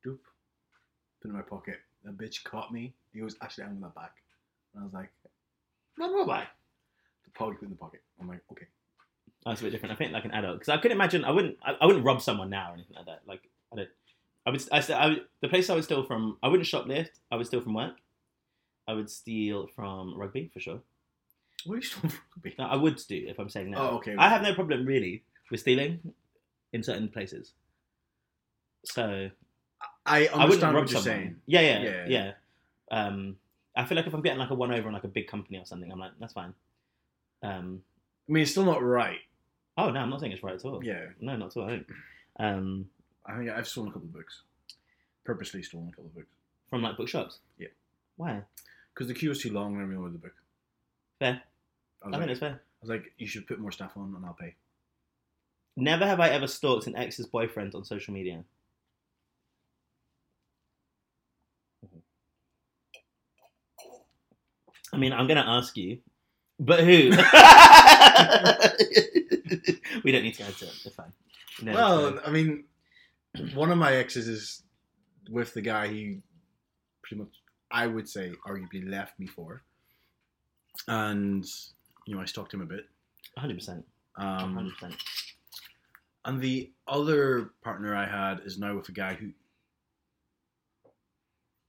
[SPEAKER 2] doop put it in my pocket the bitch caught me he goes actually i want that back and i was like
[SPEAKER 1] Not robot.
[SPEAKER 2] the pog put it in the pocket i'm like okay
[SPEAKER 1] Oh, it's a bit different. I think like an adult because I couldn't imagine. I wouldn't. I, I wouldn't rob someone now or anything like that. Like I don't. I would. I, st- I would, the place I would steal from. I wouldn't shoplift. I would steal from work. I would steal from rugby for sure.
[SPEAKER 2] what are you [LAUGHS] still rugby
[SPEAKER 1] No, I would do if I'm saying no.
[SPEAKER 2] oh okay
[SPEAKER 1] I have no problem really with stealing in certain places. So
[SPEAKER 2] i
[SPEAKER 1] I wouldn't
[SPEAKER 2] understand
[SPEAKER 1] rob
[SPEAKER 2] what you're
[SPEAKER 1] someone.
[SPEAKER 2] saying
[SPEAKER 1] Yeah, yeah, yeah,
[SPEAKER 2] Yeah.
[SPEAKER 1] Um, I feel like if I'm getting like a one over on like a big company or something, I'm like that's fine. Um,
[SPEAKER 2] i mean it's still not right
[SPEAKER 1] oh no, I'm not saying it's right at all.
[SPEAKER 2] yeah
[SPEAKER 1] No, not at all. I don't. Um,
[SPEAKER 2] i think i've stolen a couple of books purposely stolen a couple of books
[SPEAKER 1] From like bookshops?
[SPEAKER 2] Yeah.
[SPEAKER 1] Why?
[SPEAKER 2] because the queue was too long and everyone wanted the book
[SPEAKER 1] Fair.
[SPEAKER 2] I was
[SPEAKER 1] I
[SPEAKER 2] like-
[SPEAKER 1] think it's fair.
[SPEAKER 2] I was like, you should put more stuff on and I'll pay.
[SPEAKER 1] Never have I ever stalked an ex's boyfriend on social media.
[SPEAKER 2] Mm-hmm.
[SPEAKER 1] I mean, I'm going to ask you, but
[SPEAKER 2] [LAUGHS]
[SPEAKER 1] who? we don't need to answer it. It's fine. No, it's
[SPEAKER 2] well, I mean, [CLEARS THROAT] one of my exes is with the guy he pretty much, I would say, arguably left me for. And, you know, I stalked him a bit.
[SPEAKER 1] fine. 100%.
[SPEAKER 2] Um,
[SPEAKER 1] 100%.
[SPEAKER 2] and the other partner I had is now with a guy who,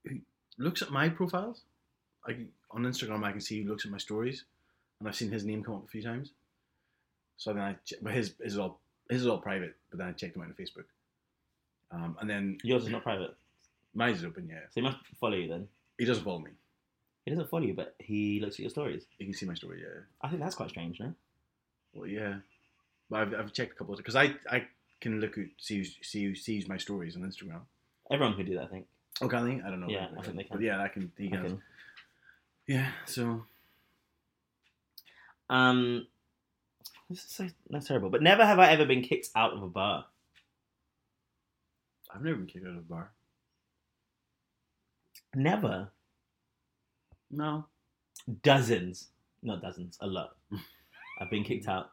[SPEAKER 2] who looks at my profiles. Like on Instagram, I can see he looks at my stories, and I've seen his name come up a few times. So then I, che- but his his is all his is all private. But then I checked him out on Facebook, um, and then
[SPEAKER 1] Yours is not private.
[SPEAKER 2] mine is open. Yeah,
[SPEAKER 1] So he must follow you then.
[SPEAKER 2] he doesn't follow me.
[SPEAKER 1] He doesn't follow you, but he looks at your stories.
[SPEAKER 2] He can see my story. Yeah,
[SPEAKER 1] I think that's quite strange, no?
[SPEAKER 2] well, yeah. But I've, I've checked a couple of because I I can look at see who, see who sees my stories on Instagram.
[SPEAKER 1] Everyone could do that, I think.
[SPEAKER 2] Oh, can they? I don't know.
[SPEAKER 1] Yeah, I think they can.
[SPEAKER 2] But yeah, that can. He can.
[SPEAKER 1] Okay.
[SPEAKER 2] Yeah, so
[SPEAKER 1] Um, this is so that's terrible. But never have I ever been kicked out of a bar.
[SPEAKER 2] I've never been kicked out of a bar.
[SPEAKER 1] Never.
[SPEAKER 2] No.
[SPEAKER 1] Dozens. Not dozens. A
[SPEAKER 2] [LAUGHS]
[SPEAKER 1] lot. I've been kicked out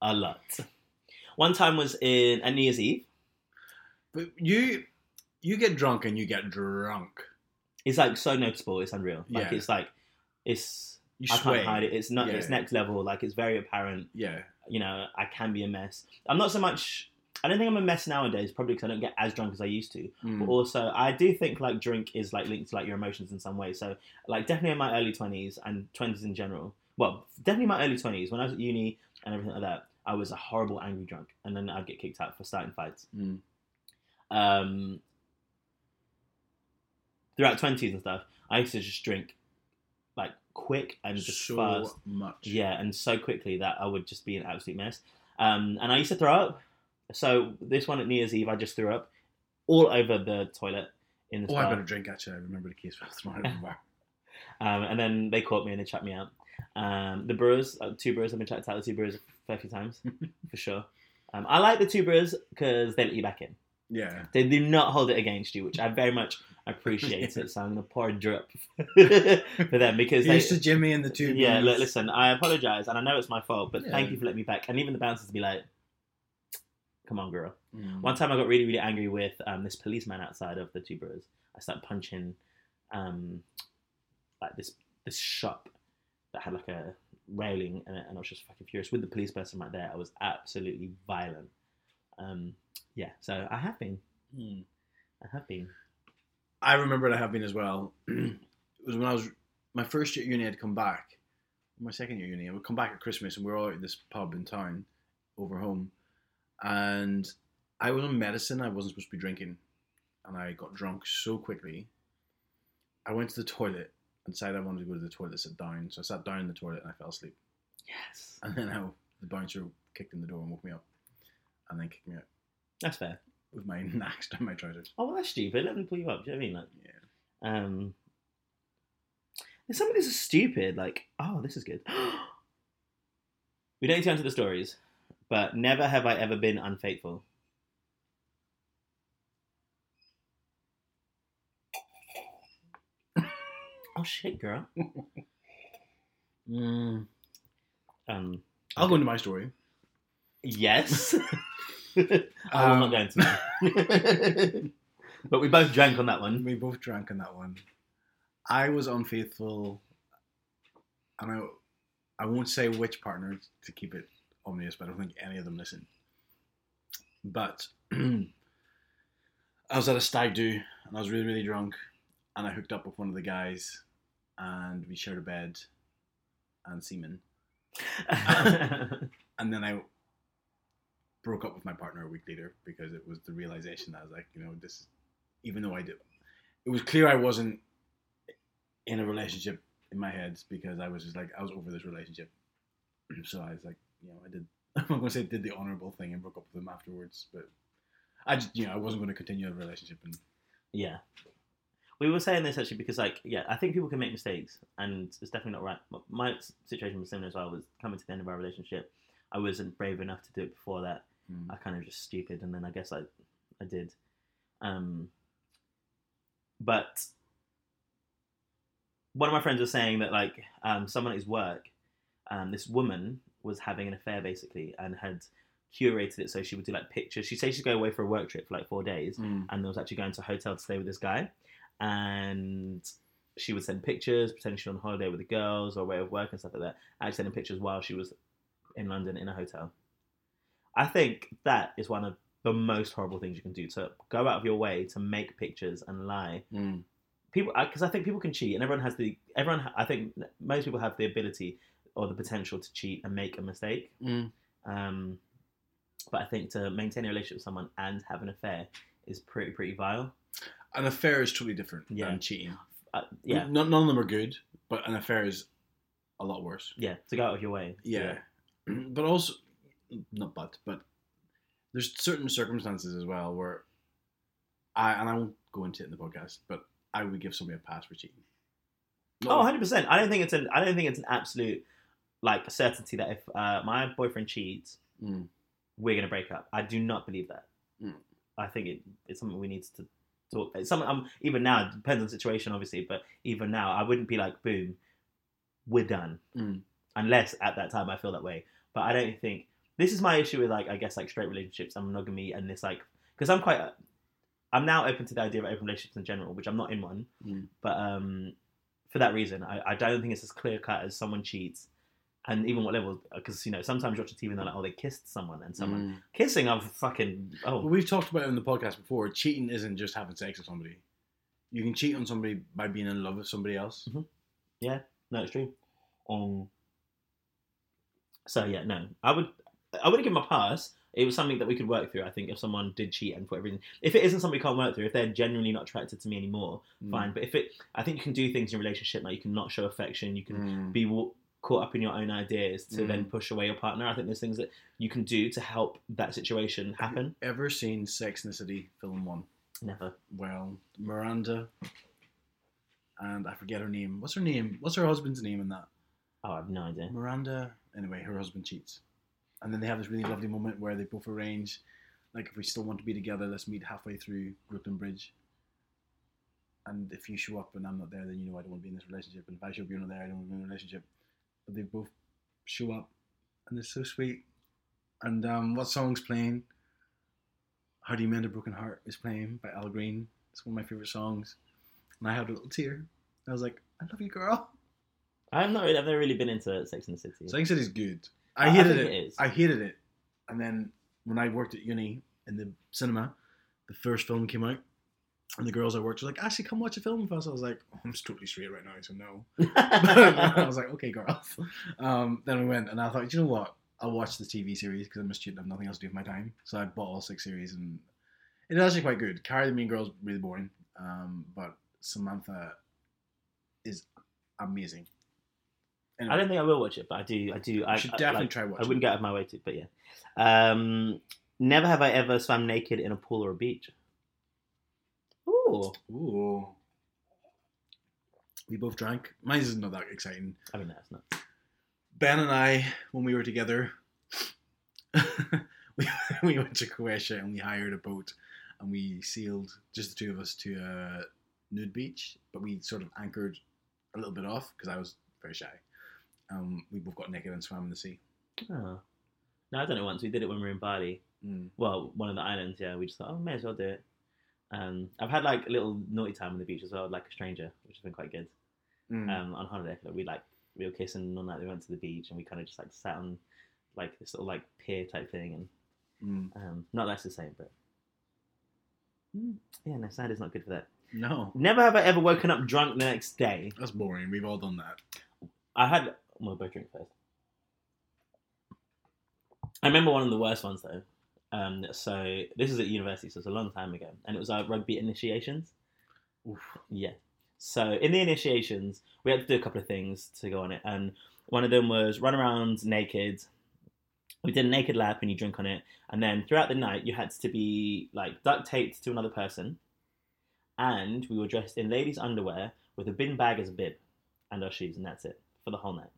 [SPEAKER 1] a lot. One time was in a New Year's Eve.
[SPEAKER 2] But you you get drunk and you get drunk.
[SPEAKER 1] It's like so noticeable. It's unreal. Like
[SPEAKER 2] Yeah.
[SPEAKER 1] it's like it's.
[SPEAKER 2] You
[SPEAKER 1] I
[SPEAKER 2] sway.
[SPEAKER 1] can't hide it. It's not.
[SPEAKER 2] Yeah.
[SPEAKER 1] It's next level. Like it's very apparent.
[SPEAKER 2] Yeah.
[SPEAKER 1] You know, I can be a mess. I'm not so much. I don't think I'm a mess nowadays. Probably because I don't get as drunk as I used to. but
[SPEAKER 2] Mm.
[SPEAKER 1] also I do think like drink is like linked to like your emotions in some way. So like definitely in my early twenties and twenties in general. Well, definitely my early twenties when I was at uni and everything like that. I was a horrible angry drunk, and then I'd get kicked out for starting fights.
[SPEAKER 2] Mm.
[SPEAKER 1] Um, throughout twenties and stuff, I used to just drink like quick and just
[SPEAKER 2] so
[SPEAKER 1] fast.
[SPEAKER 2] much.
[SPEAKER 1] Yeah, and so quickly that I would just be an absolute mess. Um, and I used to throw up. So this one at New Year's Eve, I just threw up all over the toilet in the
[SPEAKER 2] Oh, I
[SPEAKER 1] bar.
[SPEAKER 2] better drink actually. I remember the [LAUGHS] case from tomorrow.
[SPEAKER 1] [LAUGHS] Um, and then they caught me and they chucked me out. Um, the Brewers, uh, two Brewers, I've been chucked out the two Brewers a few
[SPEAKER 2] [LAUGHS]
[SPEAKER 1] times for sure. Um, I like the two Brewers because they let you back in.
[SPEAKER 2] yeah.
[SPEAKER 1] They do not hold it against you, which I very much
[SPEAKER 2] [LAUGHS]
[SPEAKER 1] appreciate it. So I'm gonna pour a drip [LAUGHS] for them because they,
[SPEAKER 2] Here's to Jimmy and the two.
[SPEAKER 1] yeah,
[SPEAKER 2] boys.
[SPEAKER 1] look, listen, I apologize, and I know it's my fault, but
[SPEAKER 2] Yeah.
[SPEAKER 1] thank you for letting me back. And even the bouncers be like, "Come on, girl."
[SPEAKER 2] Mm.
[SPEAKER 1] One time, I got really, really angry with um, this policeman outside of the two brewers. I started punching um, like this this shop that had like a railing in it, and I was just fucking furious with the police person right there. I was absolutely violent. Um, yeah, so I have been.
[SPEAKER 2] Mm.
[SPEAKER 1] I have been.
[SPEAKER 2] I remember it. I have been as well. [CLEARS THROAT] it was when I was my first year at uni. I'd come back. My second year at uni, I would come back at Christmas, and we were all at this pub in town, over home, and I was on medicine. I wasn't supposed to be drinking, and I got drunk so quickly. I went to the toilet and decided I wanted to go to the toilet, sit down. So I sat down in the toilet and I fell asleep. [LAUGHS]
[SPEAKER 1] Yes,
[SPEAKER 2] And then I, the bouncer kicked in the door and woke me up, and then kicked me out
[SPEAKER 1] that's fair.
[SPEAKER 2] with my [LAUGHS] knacks down my trousers.
[SPEAKER 1] Oh, well, that's stupid. Let me pull you up. Do you know what I mean? Like,
[SPEAKER 2] Yeah.
[SPEAKER 1] um, and some of this is stupid. Like, oh, this is good. [GASPS] we don't need to answer the stories, but never have I ever been
[SPEAKER 2] [LAUGHS]
[SPEAKER 1] unfaithful. oh shit, girl.
[SPEAKER 2] Mm.
[SPEAKER 1] Um,
[SPEAKER 2] I'll go into my story. [LAUGHS]
[SPEAKER 1] yes. [LAUGHS] Oh, I'm
[SPEAKER 2] Um,
[SPEAKER 1] not going to. [LAUGHS] but we both drank on that one.
[SPEAKER 2] We both drank on that one. I was unfaithful, and I, I won't say which partner to keep it ominous, but I don't think any of them listen. But [CLEARS THROAT] I was at a stag do, and I was really, really drunk, and I hooked up with one of the guys, and we shared a bed, and semen, and then I broke up with my partner a week later because it was the realization that I was like, you know, this, even though I did, it was clear I wasn't
[SPEAKER 1] [LAUGHS]
[SPEAKER 2] in a relationship in my head because I was just like, I was over this relationship. [CLEARS THROAT] So I was like, you know, I did, [LAUGHS] I'm not going to say did the honorable thing and broke up with him afterwards, but I just, you know, I wasn't going to continue a relationship. And
[SPEAKER 1] Yeah. We were saying this actually because, like, yeah, I think people can make mistakes, and it's definitely not right. M- My s- situation was similar as well. Was coming to the end of our relationship, I wasn't brave enough to do it before that.
[SPEAKER 2] hmm. Mm.
[SPEAKER 1] I kind of just stupid, and then I guess I, I did. Um, but one of my friends was saying that like um, someone at his work, um, this woman was having an affair basically, and had curated it so she would do like pictures. She said she'd go away for a work trip for like four days
[SPEAKER 2] Mm.
[SPEAKER 1] and I was actually going to a hotel to stay with this guy. And she would send pictures, pretending she was on holiday with the girls or away of work and stuff like that. Actually sending pictures while she was in London in a hotel. I think that is one of the most horrible things you can do to go out of your way to make pictures and lie.
[SPEAKER 2] Mm.
[SPEAKER 1] People, because I think people can cheat, and everyone has the everyone. ha- I think most people have the ability or the potential to cheat and make a mistake.
[SPEAKER 2] Mm.
[SPEAKER 1] Um, but I think to maintain a relationship with someone and have an affair is pretty pretty vile.
[SPEAKER 2] An affair is totally different
[SPEAKER 1] Yeah.
[SPEAKER 2] than cheating.
[SPEAKER 1] Uh, yeah,
[SPEAKER 2] None, none of them are good, but an affair is a lot worse.
[SPEAKER 1] yeah, to go out of your way. Oh,
[SPEAKER 2] Yeah. [CLEARS THROAT] But also, not but, but there's certain circumstances as well where I, and I won't go into it in the podcast, but I would give somebody a pass for cheating.
[SPEAKER 1] Oh,
[SPEAKER 2] Not-
[SPEAKER 1] 100 percent. I don't think it's an I don't think it's an absolute like certainty that if uh, my boyfriend cheats,
[SPEAKER 2] Mm.
[SPEAKER 1] we're gonna break up. I do not believe that.
[SPEAKER 2] Mm.
[SPEAKER 1] I think it, it's something we need to talk. It's something I'm even now it depends on the situation, obviously, but even now I wouldn't be like boom, we're done,
[SPEAKER 2] Mm.
[SPEAKER 1] unless at that time I feel that way. But I don't think this is my issue with like I guess like straight relationships and monogamy and this like because I'm quite I'm now open to the idea of open relationships in general, which I'm not in one,
[SPEAKER 2] Mm.
[SPEAKER 1] but um for that reason I, I don't think it's as clear cut as someone cheats. And even what level? Because you know, sometimes you watch a TV and they're like, "Oh, they kissed someone," and someone
[SPEAKER 2] Mm.
[SPEAKER 1] Kissing, I'm fucking.
[SPEAKER 2] Well,
[SPEAKER 1] Oh,
[SPEAKER 2] we've talked about it in the podcast before. Cheating isn't just having sex with somebody. You can cheat on somebody by being in love with somebody else.
[SPEAKER 1] no, it's true. Um. So yeah, no, I would, I would give him a pass. It was something that we could work through. I think if someone did cheat and for everything, if it isn't something we can't work through, if they're genuinely not attracted to me anymore, Mm.
[SPEAKER 2] Mm.
[SPEAKER 1] fine. But if it, I think you can do things in a relationship like you can not show affection, you can
[SPEAKER 2] Mm.
[SPEAKER 1] be wa- caught up in your own ideas to
[SPEAKER 2] Mm.
[SPEAKER 1] then push away your partner. I think there's things that you can do to help that situation happen.
[SPEAKER 2] Ever seen Sex and the City film one?
[SPEAKER 1] Never.
[SPEAKER 2] Well, Miranda and I forget her name. What's her name? What's her husband's name in that?
[SPEAKER 1] Oh, I have no idea.
[SPEAKER 2] Miranda, anyway, her husband cheats. And then they have this really lovely moment where they both arrange, like, if we still want to be together, let's meet halfway through Brooklyn Bridge. And if you show up and I'm not there, then you know I don't want to be in this relationship. And if I show up, you're not there, I don't want to be in a relationship. But they both show up, and it's so sweet. And um, what song's playing? How Do You Mend a Broken Heart is playing by Al Green. It's one of my favorite songs. And I had a little tear. I was like, I love you, girl.
[SPEAKER 1] I'm not. Really, I've never really been into Sex and the City.
[SPEAKER 2] Sex City's good. I
[SPEAKER 1] I
[SPEAKER 2] hated
[SPEAKER 1] think
[SPEAKER 2] it.
[SPEAKER 1] it is.
[SPEAKER 2] I hated it. And then when I worked at uni in the cinema, the first film came out, and the girls I worked with were like, Ashley, come watch a film with us. I was like, oh, I'm just totally straight right now, so [LAUGHS] no. [LAUGHS] I was like, okay, girl. [LAUGHS] Um, then we went, and I thought, you know what? I'll watch the TV series because I'm a student. I have nothing else to do with my time. So I bought all six series, and it was actually quite good. Carrie the Mean Girl's really boring, um, but Samantha is amazing.
[SPEAKER 1] [LAUGHS]
[SPEAKER 2] Anyway,
[SPEAKER 1] I don't think I will watch it, but I do. I do. I
[SPEAKER 2] you should
[SPEAKER 1] I-
[SPEAKER 2] definitely
[SPEAKER 1] like,
[SPEAKER 2] try watching.
[SPEAKER 1] I wouldn't go out of my way to, but yeah. Um, never have I ever swam naked in a pool or a beach. Ooh,
[SPEAKER 2] it. Ooh. We both drank. Mine is not that exciting.
[SPEAKER 1] I mean that's not.
[SPEAKER 2] Ben and I, when we were together, [LAUGHS] we, [LAUGHS] we went to Croatia and we hired a boat and we sailed just the two of us to a nude beach, but we sort of anchored a little bit off because I was very shy. Um, we both got naked and swam in the sea.
[SPEAKER 1] Oh. No, I've done it once. We did it when we were in Bali.
[SPEAKER 2] Mm.
[SPEAKER 1] Well, one of the islands. Yeah, we just thought, oh, may as well do it. Um, I've had like a little naughty time on the beach as well, like a stranger, which has been quite good.
[SPEAKER 2] Mm.
[SPEAKER 1] um, on holiday. Like, we like we were kissing all night. We went to the beach and we kind of just like sat on like this little like pier type thing.
[SPEAKER 2] Mm.
[SPEAKER 1] And um, not that's the same, but Mm, yeah, no, sand is not good for that.
[SPEAKER 2] No,
[SPEAKER 1] Never have I ever woken up drunk the next day.
[SPEAKER 2] that's boring. We've all done that.
[SPEAKER 1] I had well, both drink first. I remember one of the worst ones though. Um, so this is at university, so it's a long time ago, and it was our rugby initiations.
[SPEAKER 2] Oof.
[SPEAKER 1] Yeah. So in the initiations, we had to do a couple of things to go on it, and one of them was run around naked. We did a naked lap, and you drink on it, and then throughout the night, you had to be like duct taped to another person, and we were dressed in ladies' underwear with a bin bag as a bib, and our shoes, and that's it for the whole night.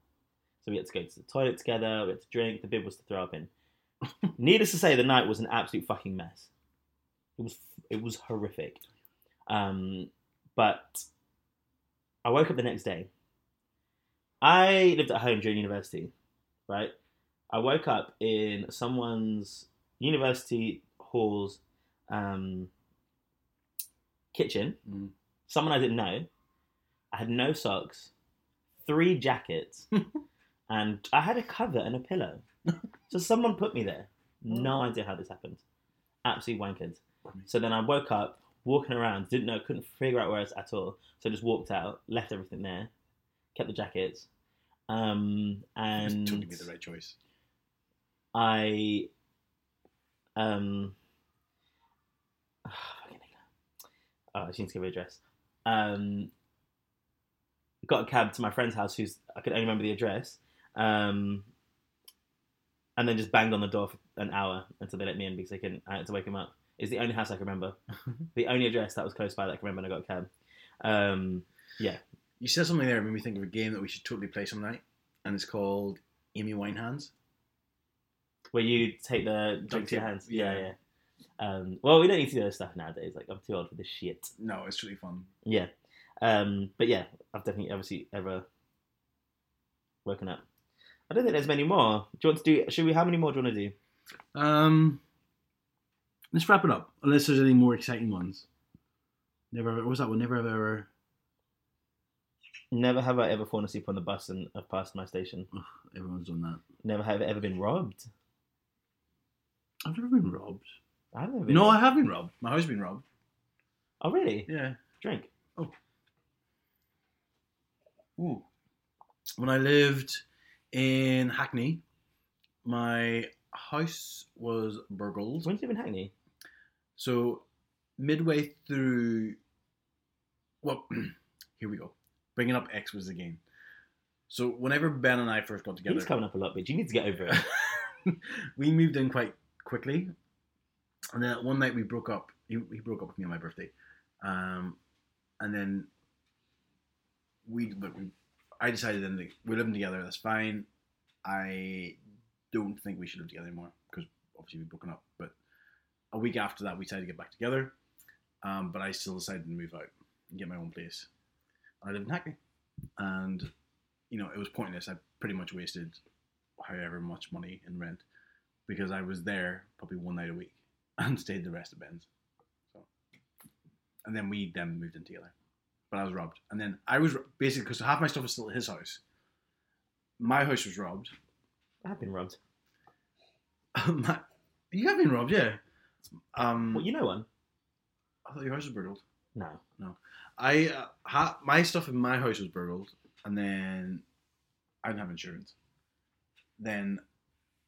[SPEAKER 1] So we had to go to the toilet together. We had to drink. The bib was to throw up in. [LAUGHS] Needless to say, the night was an absolute fucking mess. It was it was horrific. Um, but I woke up the next day. I lived at home during university, right? I woke up in someone's university hall's um, kitchen.
[SPEAKER 2] Mm.
[SPEAKER 1] Someone I didn't know. I had no socks, three jackets, and I had a cover and a pillow. so someone put me there. No idea how this happened. Absolutely wankered. So then I woke up, walking around, didn't know, couldn't figure out where I was at all. So I just walked out, left everything there, kept the jackets, um,
[SPEAKER 2] It was
[SPEAKER 1] and
[SPEAKER 2] totally made the right choice.
[SPEAKER 1] I um [SIGHS] fucking hell. oh, I just need to give her a address. Um got a cab to my friend's house who's I could only remember the address. Um and then just banged on the door for an hour until they let me in because they couldn't I had to wake him up. It's the only house I can remember. the only address that was close by that I can remember and I got a cab. Um
[SPEAKER 2] You said something there that made me think of a game that we should totally play some night, and it's called Amy Winehands.
[SPEAKER 1] where you take the drink
[SPEAKER 2] Drink
[SPEAKER 1] to your
[SPEAKER 2] to-
[SPEAKER 1] hands.
[SPEAKER 2] yeah.
[SPEAKER 1] Yeah, yeah. Um, well, we don't need to do this stuff nowadays. Like, I'm too old for this shit.
[SPEAKER 2] No, it's really fun.
[SPEAKER 1] Yeah. Um, but yeah, I've definitely obviously ever woken up. I don't think there's many more. Do you want to do? Should we? How many more do you want to do?
[SPEAKER 2] Um, let's wrap it up. Unless there's any more exciting ones. Never. What was that one? Never have ever.
[SPEAKER 1] Never have I ever fallen asleep on the bus and have passed my station.
[SPEAKER 2] Everyone's done that.
[SPEAKER 1] Never have I ever been robbed.
[SPEAKER 2] I've never been robbed.
[SPEAKER 1] I've never been.
[SPEAKER 2] No, I
[SPEAKER 1] robbed.
[SPEAKER 2] have been robbed. My house has been robbed.
[SPEAKER 1] Oh really?
[SPEAKER 2] Yeah.
[SPEAKER 1] Drink.
[SPEAKER 2] Ooh. When I lived in Hackney, my house was burgled.
[SPEAKER 1] When did you live in Hackney?
[SPEAKER 2] So midway through, well, [CLEARS THROAT] here we go. Bringing up X was the game. So whenever Ben and I first got together,
[SPEAKER 1] He's coming up a lot, but you need to get over it.
[SPEAKER 2] [LAUGHS] we moved in quite quickly, and then one night we broke up. He, he broke up with me on my birthday, um, and then we. But we, I decided then that we're living together. That's fine. I don't think we should live together anymore because obviously we've broken up. But a week after that, we decided to get back together. Um, but I still decided to move out and get my own place. I live in Hackney, and you know it was pointless. I pretty much wasted however much money in rent because [LAUGHS] I was there probably one night a week and stayed the rest of Ben's. and then we then moved in together. But I was robbed, and then I was ro- basically because half my stuff was still at his house. My house was robbed. [LAUGHS]
[SPEAKER 1] I've been robbed.
[SPEAKER 2] my, you have been robbed, yeah. Um,
[SPEAKER 1] Well, you know one.
[SPEAKER 2] I thought your house was burgled.
[SPEAKER 1] No.
[SPEAKER 2] I uh, ha- my stuff in my house was burgled, and then I didn't have insurance. Then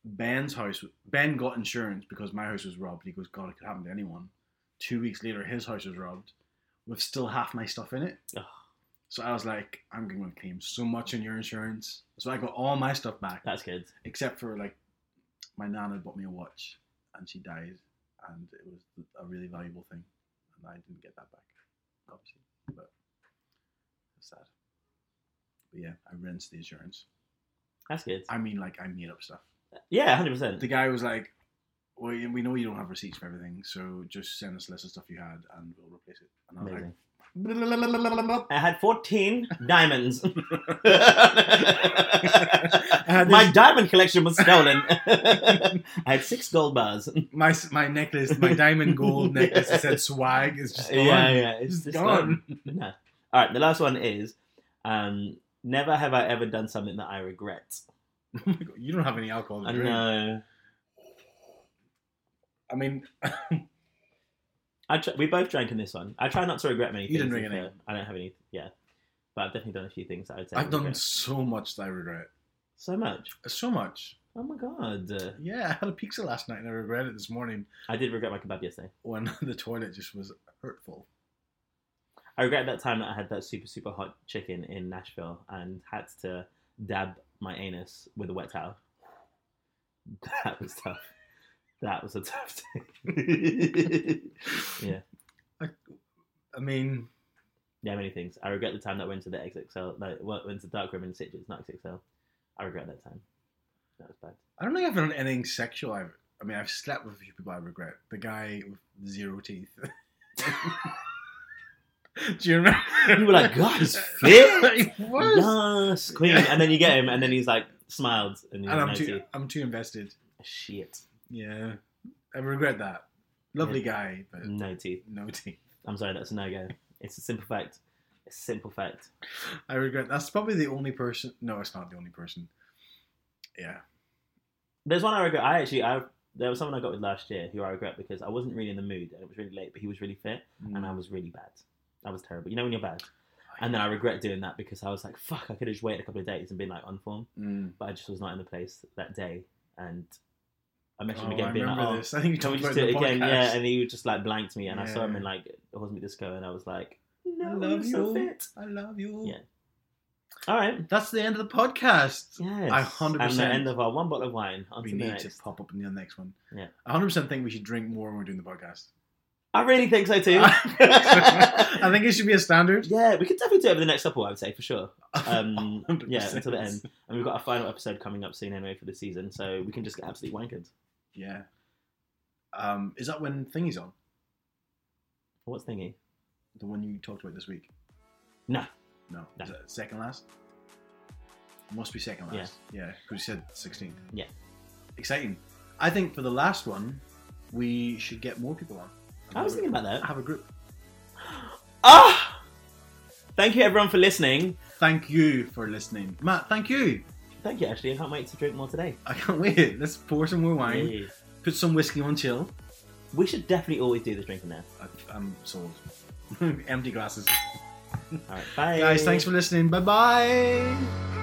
[SPEAKER 2] Ben's house, Ben got insurance because my house was robbed. He goes, God, it could happen to anyone. Two weeks later, his house was robbed with still half my stuff in it.
[SPEAKER 1] Ugh.
[SPEAKER 2] So I was like, I'm going to claim so much on your insurance. So I got all my stuff back
[SPEAKER 1] That's good.
[SPEAKER 2] except for like my nana bought me a watch and she died and it was a really valuable thing and I didn't get that back obviously but it's sad but yeah I rinsed the insurance
[SPEAKER 1] That's good.
[SPEAKER 2] I mean like I made up stuff
[SPEAKER 1] Yeah, hundred percent.
[SPEAKER 2] the guy was like well we know you don't have receipts for everything so just send us a list of stuff you had and we'll replace it and I was
[SPEAKER 1] Amazing.
[SPEAKER 2] like
[SPEAKER 1] I had fourteen diamonds.
[SPEAKER 2] I had
[SPEAKER 1] My
[SPEAKER 2] this-
[SPEAKER 1] diamond collection was
[SPEAKER 2] [LAUGHS]
[SPEAKER 1] stolen. I had six gold bars.
[SPEAKER 2] my, my necklace my
[SPEAKER 1] [LAUGHS]
[SPEAKER 2] diamond gold necklace that said swag is just gone
[SPEAKER 1] Yeah, yeah, it's
[SPEAKER 2] It's
[SPEAKER 1] just
[SPEAKER 2] gone.
[SPEAKER 1] gone. No. All right, the last one is um, never have I ever done something that I regret.
[SPEAKER 2] Oh my God, you don't have any alcohol to
[SPEAKER 1] I
[SPEAKER 2] drink.
[SPEAKER 1] know.
[SPEAKER 2] I mean,
[SPEAKER 1] I tr- we both drank in this one. I try not to regret many
[SPEAKER 2] You
[SPEAKER 1] things.
[SPEAKER 2] didn't drink
[SPEAKER 1] and,
[SPEAKER 2] any.
[SPEAKER 1] uh, I don't have any. Yeah, but I've definitely done a few things that I would say I
[SPEAKER 2] I've done
[SPEAKER 1] regret.
[SPEAKER 2] so much that I regret.
[SPEAKER 1] so much.
[SPEAKER 2] So much.
[SPEAKER 1] Oh my god,
[SPEAKER 2] Yeah, I had a pizza last night and I regret it this morning
[SPEAKER 1] I did regret my kebab yesterday.
[SPEAKER 2] when [LAUGHS] the toilet just was hurtful.
[SPEAKER 1] I regret that time that I had that super super hot chicken in Nashville and had to dab my anus with a wet towel. [LAUGHS] That was tough. That was a tough [LAUGHS] day. yeah,
[SPEAKER 2] I mean,
[SPEAKER 1] yeah, many things. I regret the time that I went to the XXL, like well, went to dark room in Citrus, not XXL. I regret that time. That was bad.
[SPEAKER 2] I don't think I've done anything sexual. I've, I mean, I've slept with a few people I regret. The guy with zero teeth. [LAUGHS] Do you remember?
[SPEAKER 1] You were like, God, he's fit.
[SPEAKER 2] [LAUGHS] He was.
[SPEAKER 1] Yes, queen. And then you get him, and then he's like smiled, and you're
[SPEAKER 2] And I'm
[SPEAKER 1] like,
[SPEAKER 2] too, I'm too invested.
[SPEAKER 1] shit,
[SPEAKER 2] Yeah. I regret that. Lovely guy, but
[SPEAKER 1] no teeth.
[SPEAKER 2] no [LAUGHS] teeth.
[SPEAKER 1] I'm sorry, that's a no go. It's a simple fact. It's a simple fact.
[SPEAKER 2] I regret. That's probably the only person. No, it's not the only person. Yeah.
[SPEAKER 1] There's one I regret. I actually, I there was someone I got with last year who I regret because I wasn't really in the mood, and it was really late, but he was really fit, and I was really bad. I was terrible. You know when you're bad. And then I regret doing that because I was like, fuck, I could have just waited a couple of days and been like on form,
[SPEAKER 2] Mm.
[SPEAKER 1] but I just was not in the place that day, and I messaged him
[SPEAKER 2] Oh,
[SPEAKER 1] again,
[SPEAKER 2] I
[SPEAKER 1] being like,
[SPEAKER 2] remember
[SPEAKER 1] oh,
[SPEAKER 2] this. I think you
[SPEAKER 1] Can we
[SPEAKER 2] talked
[SPEAKER 1] just
[SPEAKER 2] about
[SPEAKER 1] do
[SPEAKER 2] it
[SPEAKER 1] it
[SPEAKER 2] in the
[SPEAKER 1] again?
[SPEAKER 2] podcast.
[SPEAKER 1] Yeah, and he just like blanked me, and I saw him
[SPEAKER 2] Yeah.
[SPEAKER 1] in like Horsemeat Disco, and I was like,
[SPEAKER 2] I
[SPEAKER 1] "No,
[SPEAKER 2] love
[SPEAKER 1] you're so
[SPEAKER 2] you.
[SPEAKER 1] fit."
[SPEAKER 2] I love you.
[SPEAKER 1] Yeah. All right,
[SPEAKER 2] That's the end of the podcast.
[SPEAKER 1] yes,
[SPEAKER 2] I 100%
[SPEAKER 1] And the end of our one bottle of wine. On
[SPEAKER 2] we
[SPEAKER 1] to the
[SPEAKER 2] need
[SPEAKER 1] next.
[SPEAKER 2] to pop up in the next one.
[SPEAKER 1] Yeah.
[SPEAKER 2] I 100% think we should drink more when we're doing the
[SPEAKER 1] [LAUGHS]
[SPEAKER 2] podcast.
[SPEAKER 1] I really think so too.
[SPEAKER 2] [LAUGHS] I think it should be a standard.
[SPEAKER 1] yeah, we could definitely do it over the next couple. I would say for sure. Um,
[SPEAKER 2] 100%.
[SPEAKER 1] yeah, until the end, and we've got our final episode coming up soon anyway for the season, so we can just get absolutely wankered.
[SPEAKER 2] [LAUGHS] Yeah. Um, is that when Thingy's on?
[SPEAKER 1] What's thingy?
[SPEAKER 2] The one you talked about this week?
[SPEAKER 1] No.
[SPEAKER 2] No.
[SPEAKER 1] No.
[SPEAKER 2] Is that second last? Must be second
[SPEAKER 1] Yeah.
[SPEAKER 2] last. Yeah, because you said 16th.
[SPEAKER 1] Yeah.
[SPEAKER 2] Exciting. I think for the last one, we should get more people on.
[SPEAKER 1] I was thinking about that.
[SPEAKER 2] Have a group.
[SPEAKER 1] Ah, thank you everyone for listening.
[SPEAKER 2] Thank you for listening. Matt, thank you. [LAUGHS]
[SPEAKER 1] Thank you, Ashley. I can't wait to drink more today.
[SPEAKER 2] I can't wait. Let's pour some more wine,
[SPEAKER 1] Yeah.
[SPEAKER 2] put some whiskey on chill.
[SPEAKER 1] We should definitely always do the drinking now.
[SPEAKER 2] I, I'm sold. [LAUGHS] Empty glasses.
[SPEAKER 1] All right, bye.
[SPEAKER 2] Guys, thanks for listening. Bye bye.